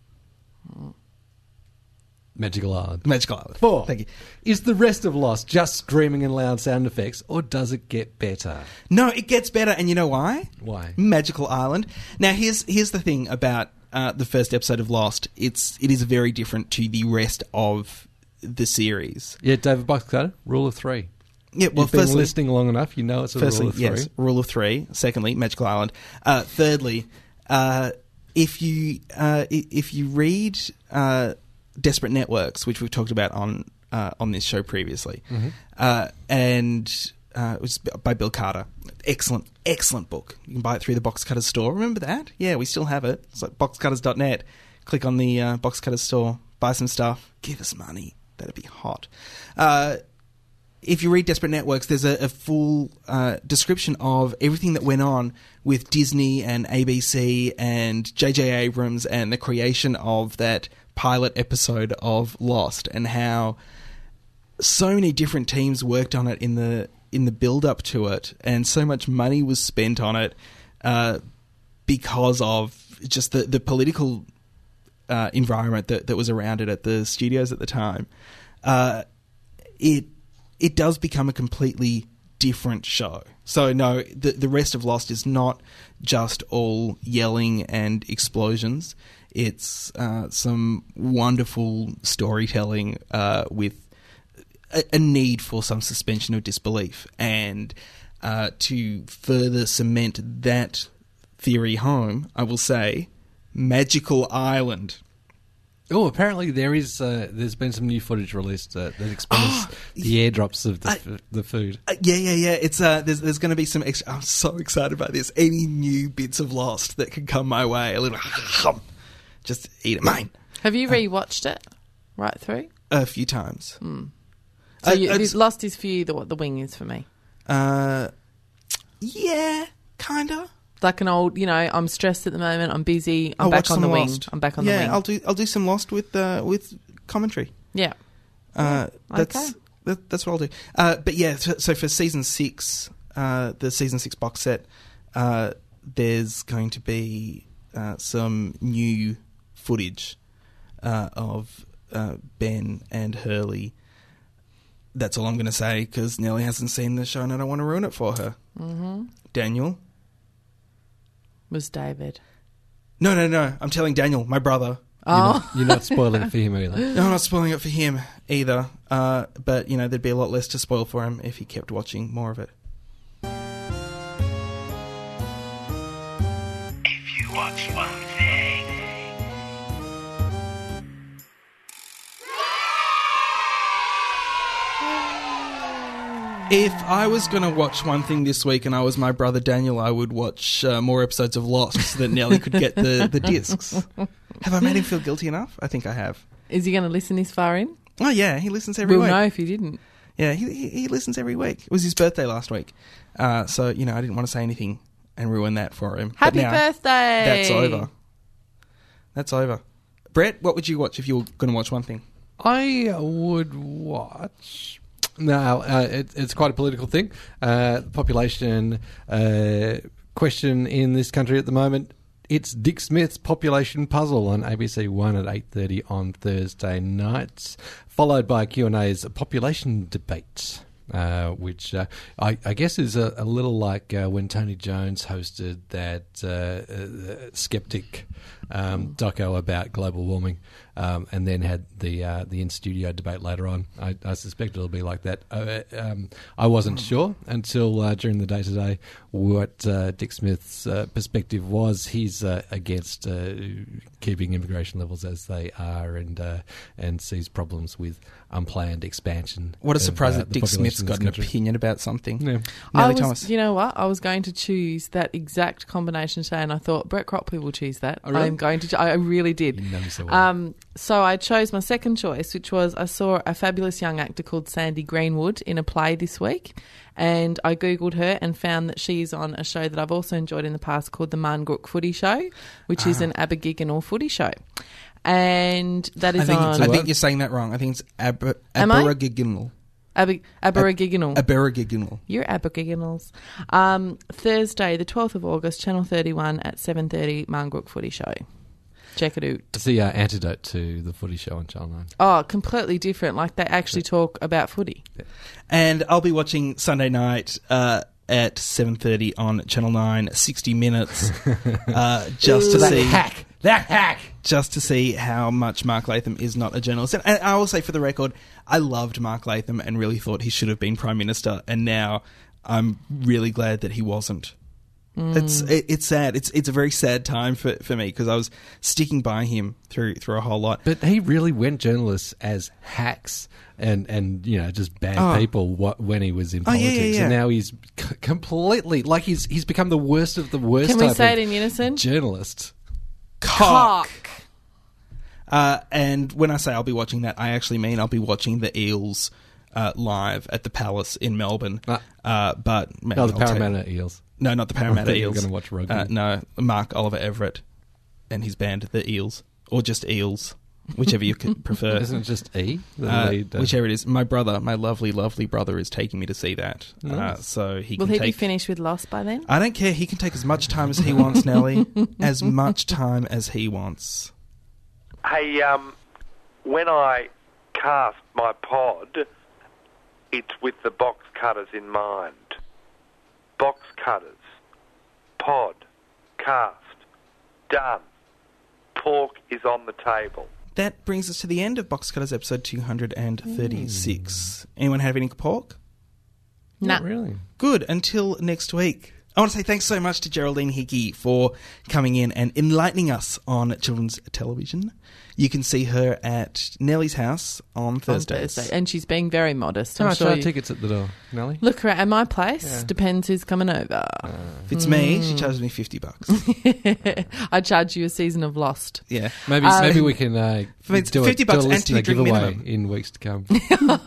Speaker 1: Magical Island.
Speaker 2: Magical Island.
Speaker 1: Four.
Speaker 2: Thank you.
Speaker 1: Is the rest of Lost just screaming and loud sound effects, or does it get better?
Speaker 2: No, it gets better, and you know why?
Speaker 1: Why?
Speaker 2: Magical Island. Now, here's here's the thing about uh, the first episode of Lost. It's it is very different to the rest of the series.
Speaker 1: Yeah, David Boxcutter, rule of three.
Speaker 2: Yeah, well,
Speaker 1: You've been
Speaker 2: firstly-
Speaker 1: listening long enough, you know it's a
Speaker 2: Firstly,
Speaker 1: rule of three.
Speaker 2: yes, rule of three. Secondly, Magical Island. Uh, thirdly, uh, if you uh, i- if you read uh, Desperate Networks, which we've talked about on uh, on this show previously,
Speaker 1: Mm-hmm.
Speaker 2: uh, and uh, it was by Bill Carter. Excellent, excellent book. You can buy it through the Box Cutters store. Remember that? Yeah, we still have it. It's like boxcutters.net. Click on the uh, Box Cutters store, buy some stuff, give us money. That'd be hot. Uh, if you read Desperate Networks, there's a, a full uh, description of everything that went on with Disney and ABC and J.J. Abrams and the creation of that pilot episode of Lost and how so many different teams worked on it in the in the build up to it, and so much money was spent on it uh, because of just the the political uh, environment that, that was around it at the studios at the time, uh, it it does become a completely different show. So no, the the rest of Lost is not just all yelling and explosions. It's uh, some wonderful storytelling uh, with a, a need for some suspension of disbelief and uh, to further cement that theory home, I will say Magical Island
Speaker 1: Oh, apparently there is. Uh, there's been some new footage released uh, that explains the airdrops of the,
Speaker 2: I-
Speaker 1: f- the food.
Speaker 2: Uh, yeah, yeah, yeah. It's uh, there's there's going to be some. Extra, I'm so excited about this. Any new bits of Lost that could come my way, a little, just eat it mine
Speaker 3: Have
Speaker 2: Uh,
Speaker 3: you rewatched it right through?
Speaker 2: a few times.
Speaker 3: So
Speaker 2: Uh,
Speaker 3: you,
Speaker 2: it's-
Speaker 3: Lost is for you the, what the wing is for me.
Speaker 2: Uh, yeah, kinda.
Speaker 3: Like an old, you know, I'm stressed at the moment. I'm busy. I'm
Speaker 2: I'll watch
Speaker 3: back on
Speaker 2: some
Speaker 3: the wing.
Speaker 2: Lost.
Speaker 3: I'm back on
Speaker 2: yeah,
Speaker 3: the wing.
Speaker 2: I'll do I'll do some Lost with uh, with commentary.
Speaker 3: yeah.
Speaker 2: Uh, that's
Speaker 3: okay.
Speaker 2: that, that's what I'll do. Uh, but yeah, so, so for season six, uh, the season six box set, uh, there's going to be uh, some new footage uh, of uh, Ben and Hurley. That's all I'm going to say because Nellie hasn't seen the show and I don't want to ruin it for her. Mm-hmm. Daniel,
Speaker 3: Was David.
Speaker 2: no, no, no. I'm telling Daniel, my brother.
Speaker 3: Oh.
Speaker 1: You're not spoiling it for him either.
Speaker 2: No, I'm not spoiling it for him either. Uh, but you know, there'd be a lot less to spoil for him if he kept watching more of it.
Speaker 9: If you watch one thing,
Speaker 2: If I was going to watch one thing this week and I was my brother Daniel, I would watch uh, more episodes of Lost so that Nelly could get the, the discs. Have I made him feel guilty enough? I think I have.
Speaker 3: Is he going to listen this far in?
Speaker 2: Oh, yeah, he listens every
Speaker 3: we'll
Speaker 2: week.
Speaker 3: know if he didn't.
Speaker 2: Yeah, he, he, he listens every week. It was his birthday last week. Uh, so, you know, I didn't want to say anything and ruin that for him. But
Speaker 3: Happy
Speaker 2: now,
Speaker 3: birthday.
Speaker 2: That's over. That's over. Brett, what would you watch if you were going to watch one thing?
Speaker 1: I would watch. No, uh, it, it's quite a political thing. Uh, population uh, question in this country at the moment. It's Dick Smith's Population Puzzle on ABC One at eight thirty on Thursday nights, followed by Q and A's Population Debate. Uh, which uh, I, I guess is a, a little like uh, when Tony Jones hosted that uh, uh, skeptic um, doco about global warming, um, and then had the uh, the in studio debate later on. I, I suspect it'll be like that. Uh, um, I wasn't sure until uh, during the day today what uh, Dick Smith's uh, perspective was. He's uh, against uh, keeping immigration levels as they are, and uh, and sees problems with unplanned expansion.
Speaker 2: What a
Speaker 1: of,
Speaker 2: surprise
Speaker 1: uh,
Speaker 2: that
Speaker 1: the
Speaker 2: Dick
Speaker 1: population
Speaker 2: Smith's
Speaker 1: of
Speaker 2: got
Speaker 1: this
Speaker 2: an
Speaker 1: country.
Speaker 2: opinion about something.
Speaker 1: Yeah.
Speaker 3: I
Speaker 2: Nellie
Speaker 3: was,
Speaker 2: Thomas.
Speaker 3: You know what? I was going to choose that exact combination today, and I thought Brett Cropley will choose that.
Speaker 2: Oh, really?
Speaker 3: I'm going to. cho- I I really did.
Speaker 1: You know me so well.
Speaker 3: um, so I chose my second choice, which was I saw a fabulous young actor called Sandy Greenwood in a play this week, and I googled her and found that she is on a show that I've also enjoyed in the past called the Mangrook Footy Show, which
Speaker 2: Ah.
Speaker 3: is an Abergigan or footy show, and that
Speaker 2: I
Speaker 3: is
Speaker 2: think,
Speaker 3: on
Speaker 2: I think you're saying that wrong. I think it's aber,
Speaker 3: Am I?
Speaker 2: aboriginal.
Speaker 3: Aber- Abergiganal.
Speaker 2: Aboriginal.
Speaker 3: You're aboriginals. Um, Thursday, the 12th of August, Channel 31 at 7.30, Mangrook Footy Show. Check it out.
Speaker 1: It's the uh, antidote to the footy show on Channel 9.
Speaker 3: Oh, completely different. Like they actually talk about footy.
Speaker 2: And I'll be watching Sunday night uh, at 7.30 on Channel 9, 60 Minutes, uh, just to see... hack! That hack! Just to see how much Mark Latham is not a journalist. And- And I will say, for the record, I loved Mark Latham and really thought he should have been Prime Minister. And now I'm really glad that he wasn't.
Speaker 3: Mm.
Speaker 2: It's it, it's sad. It's it's a very sad time for, for me because I was sticking by him through through a whole lot.
Speaker 1: But he really went journalists as hacks and, and you know just bad
Speaker 2: Oh.
Speaker 1: people wha- when he was in
Speaker 2: Oh, yeah,
Speaker 1: politics,
Speaker 2: yeah, yeah.
Speaker 1: and now he's c- completely like he's he's become the worst of the worst.
Speaker 3: Can we
Speaker 1: type
Speaker 3: say
Speaker 1: of
Speaker 3: it in unison?
Speaker 1: Journalist.
Speaker 2: cock. Uh, and when I say I'll be watching that, I actually mean I'll be watching the Eels uh, live at the Palace in Melbourne.
Speaker 1: Ah.
Speaker 2: Uh, but maybe
Speaker 1: No, the
Speaker 2: I'll take-
Speaker 1: Parramatta Eels.
Speaker 2: no, not the Parramatta
Speaker 1: thought you were
Speaker 2: Eels.
Speaker 1: gonna watch rugby.
Speaker 2: Uh, no, Mark Oliver Everett and his band, the Eels, or just Eels, whichever you could prefer.
Speaker 1: Isn't it just E? The
Speaker 2: Uh,
Speaker 1: lead, uh,
Speaker 2: whichever it is, my brother, my lovely, lovely brother, is taking me to see that. Uh,
Speaker 1: Nice.
Speaker 2: so he
Speaker 3: Will
Speaker 2: can
Speaker 3: he be
Speaker 2: take.
Speaker 3: finished with Lost by then?
Speaker 2: I don't care. He can take as much time as he wants, Nelly. as much time as he wants.
Speaker 9: hey, um, when I cast my pod, it's with the box cutters in mind. Box cutters, pod, cast, done. Pork is on the table.
Speaker 2: That brings us to the end of Box Cutters episode Mm. 236. Anyone have any pork?
Speaker 3: Nah.
Speaker 1: Not really.
Speaker 2: Good. Until next week. I want to say thanks so much to Geraldine Hickey for coming in and enlightening us on children's television. You can see her at Nelly's house on
Speaker 3: on
Speaker 2: Thursdays.
Speaker 3: Thursday. And she's being very modest.
Speaker 1: How
Speaker 3: I'm
Speaker 1: much
Speaker 3: sure
Speaker 1: are
Speaker 3: you-
Speaker 1: tickets at the door, Nelly?
Speaker 3: Look around at my place.
Speaker 1: Yeah.
Speaker 3: Depends who's coming over.
Speaker 2: If it's me,
Speaker 3: Mm.
Speaker 2: she charges me fifty bucks.
Speaker 3: I charge you a season of Lost.
Speaker 2: yeah.
Speaker 1: Maybe
Speaker 3: Uh,
Speaker 1: maybe we can uh,
Speaker 2: For me, it's
Speaker 1: do, a, do
Speaker 2: 50
Speaker 1: a
Speaker 2: bucks and
Speaker 1: listener
Speaker 2: two drink
Speaker 1: giveaway
Speaker 2: minimum.
Speaker 1: in weeks to come.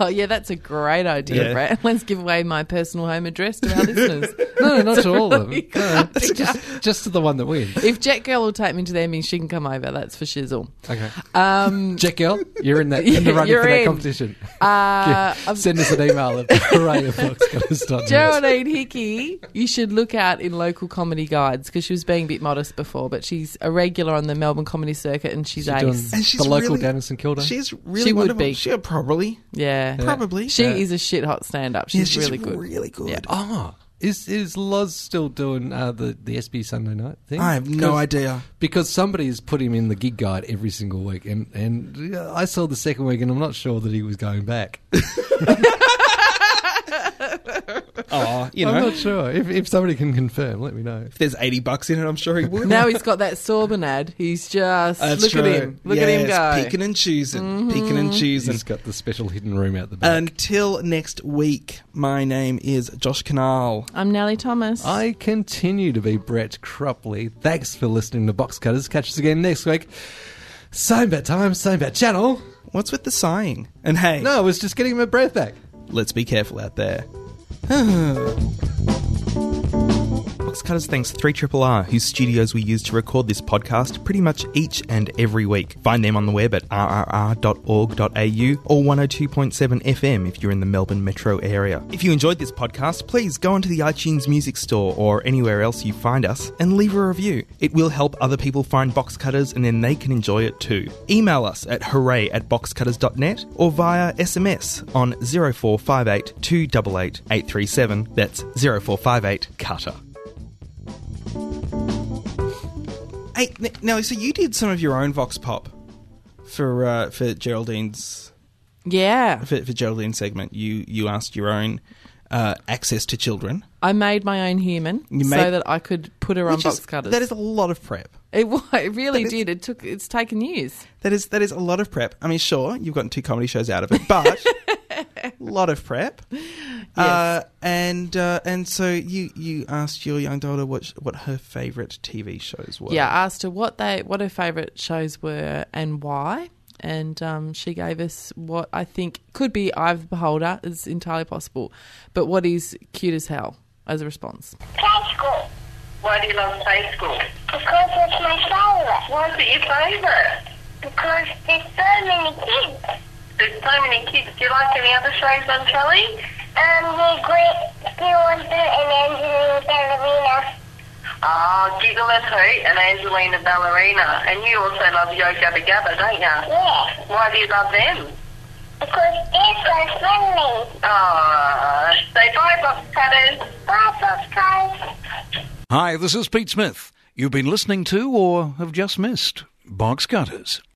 Speaker 3: Oh, yeah, that's a great idea,
Speaker 2: Yeah.
Speaker 3: Brett. Let's give away my personal home address to our listeners.
Speaker 1: no, no, not to all of them.
Speaker 3: really
Speaker 1: No,
Speaker 3: good idea.
Speaker 1: just, just to the one that wins.
Speaker 3: If Jet Girl will take me to their meeting, she can come over. That's for shizzle.
Speaker 1: Okay,
Speaker 3: Um,
Speaker 1: Jack Girl, you're in that in the running
Speaker 3: You're
Speaker 1: for
Speaker 3: in.
Speaker 1: that competition.
Speaker 3: uh, I've-
Speaker 1: Send us an email at hooray.boxcutters.net.
Speaker 3: Geraldine Hickey, you should look out in local comedy guides because she was being a bit modest before, but she's a regular on the Melbourne comedy circuit and she's
Speaker 1: She's doing
Speaker 3: ace.
Speaker 2: And she's
Speaker 1: the local
Speaker 2: really-
Speaker 1: down in St Kilda.
Speaker 2: She's really
Speaker 3: She would
Speaker 2: wonderful.
Speaker 3: be.
Speaker 2: She'll probably.
Speaker 3: Yeah.
Speaker 2: Probably.
Speaker 3: She
Speaker 1: Yeah.
Speaker 3: is a shit hot stand up. She's,
Speaker 2: Yeah, she's
Speaker 3: really good.
Speaker 2: really good.
Speaker 3: Yeah.
Speaker 1: Ah, is is Loz still doing uh, the the SB Sunday night thing?
Speaker 2: I have no
Speaker 1: 'Cause-
Speaker 2: idea.
Speaker 1: because somebody's put him in the gig guide every single week, and and uh, I saw the second week, and I'm not sure that he was going back.
Speaker 2: Oh, you know,
Speaker 1: I'm not sure. If if somebody can confirm, let me know.
Speaker 2: if there's eighty bucks in it, I'm sure he would.
Speaker 3: Now he's got that Sorbonad. He's just
Speaker 2: That's
Speaker 3: look
Speaker 2: true.
Speaker 3: at him. Look
Speaker 2: Yes,
Speaker 3: at him go. Mm-hmm.
Speaker 2: Peeking and choosing. Peeking and choosing.
Speaker 1: He's got the special hidden room out the back.
Speaker 2: Until next week, my name is Josh Canal.
Speaker 3: I'm Nellie Thomas.
Speaker 1: I continue to be Brett Cropley. Thanks for listening to Box Cutters. Catch us again next week. Same bat time, same bat channel.
Speaker 2: What's with the sighing? And hey,
Speaker 1: No, I was just getting my breath back.
Speaker 2: let's be careful out there. Box Cutters thanks 3RRR, whose studios we use to record this podcast pretty much each and every week. Find them on the web at rrr.org.au or 102.7 FM if you're in the Melbourne metro area. If you enjoyed this podcast, please go onto the iTunes Music Store or anywhere else you find us and leave a review. It will help other people find Box Cutters and then they can enjoy it too. Email us at hooray at boxcutters.net or via SMS on 0458 288 837. That's 0458 Cutter. Hey, N- Nelly, so you did some of your own vox pop for uh, for Geraldine's
Speaker 3: yeah.
Speaker 2: for, for Geraldine's segment. You you asked your own uh, access to children.
Speaker 3: I made my own human
Speaker 2: You made-
Speaker 3: so that I could put her on
Speaker 2: Which
Speaker 3: box
Speaker 2: is-
Speaker 3: cutters.
Speaker 2: That is a lot of prep.
Speaker 3: it, wa- it really
Speaker 2: that is-
Speaker 3: did. It took. It's taken years.
Speaker 2: That is that is a lot of prep. I mean, sure, you've gotten two comedy shows out of it, but a lot of prep. Uh, and uh, and so you you asked your young daughter what sh- what her favorite TV shows were.
Speaker 3: Yeah, I asked her what they what her favourite shows were and why, and um, she gave us what I think could be Eye of the Beholder. It's entirely possible, but what is cute as hell as a response.
Speaker 8: Play school. Why do you love play school? Because it's my favorite. Why is it your favorite? Because there's so many kids. There's so many kids. Do you like any other shows on telly? Um, the Great Gilligan and Angelina Ballerina. Oh, Giggle and Hoot and Angelina Ballerina. And you also love Yo Gabba Gabba, don't you? Yeah. Why do you love them? Because they're so friendly. Aww. Say bye, box cutters. Bye, box cutters.
Speaker 5: Hi, this is Pete Smith. You've been listening to or have just missed Box Cutters.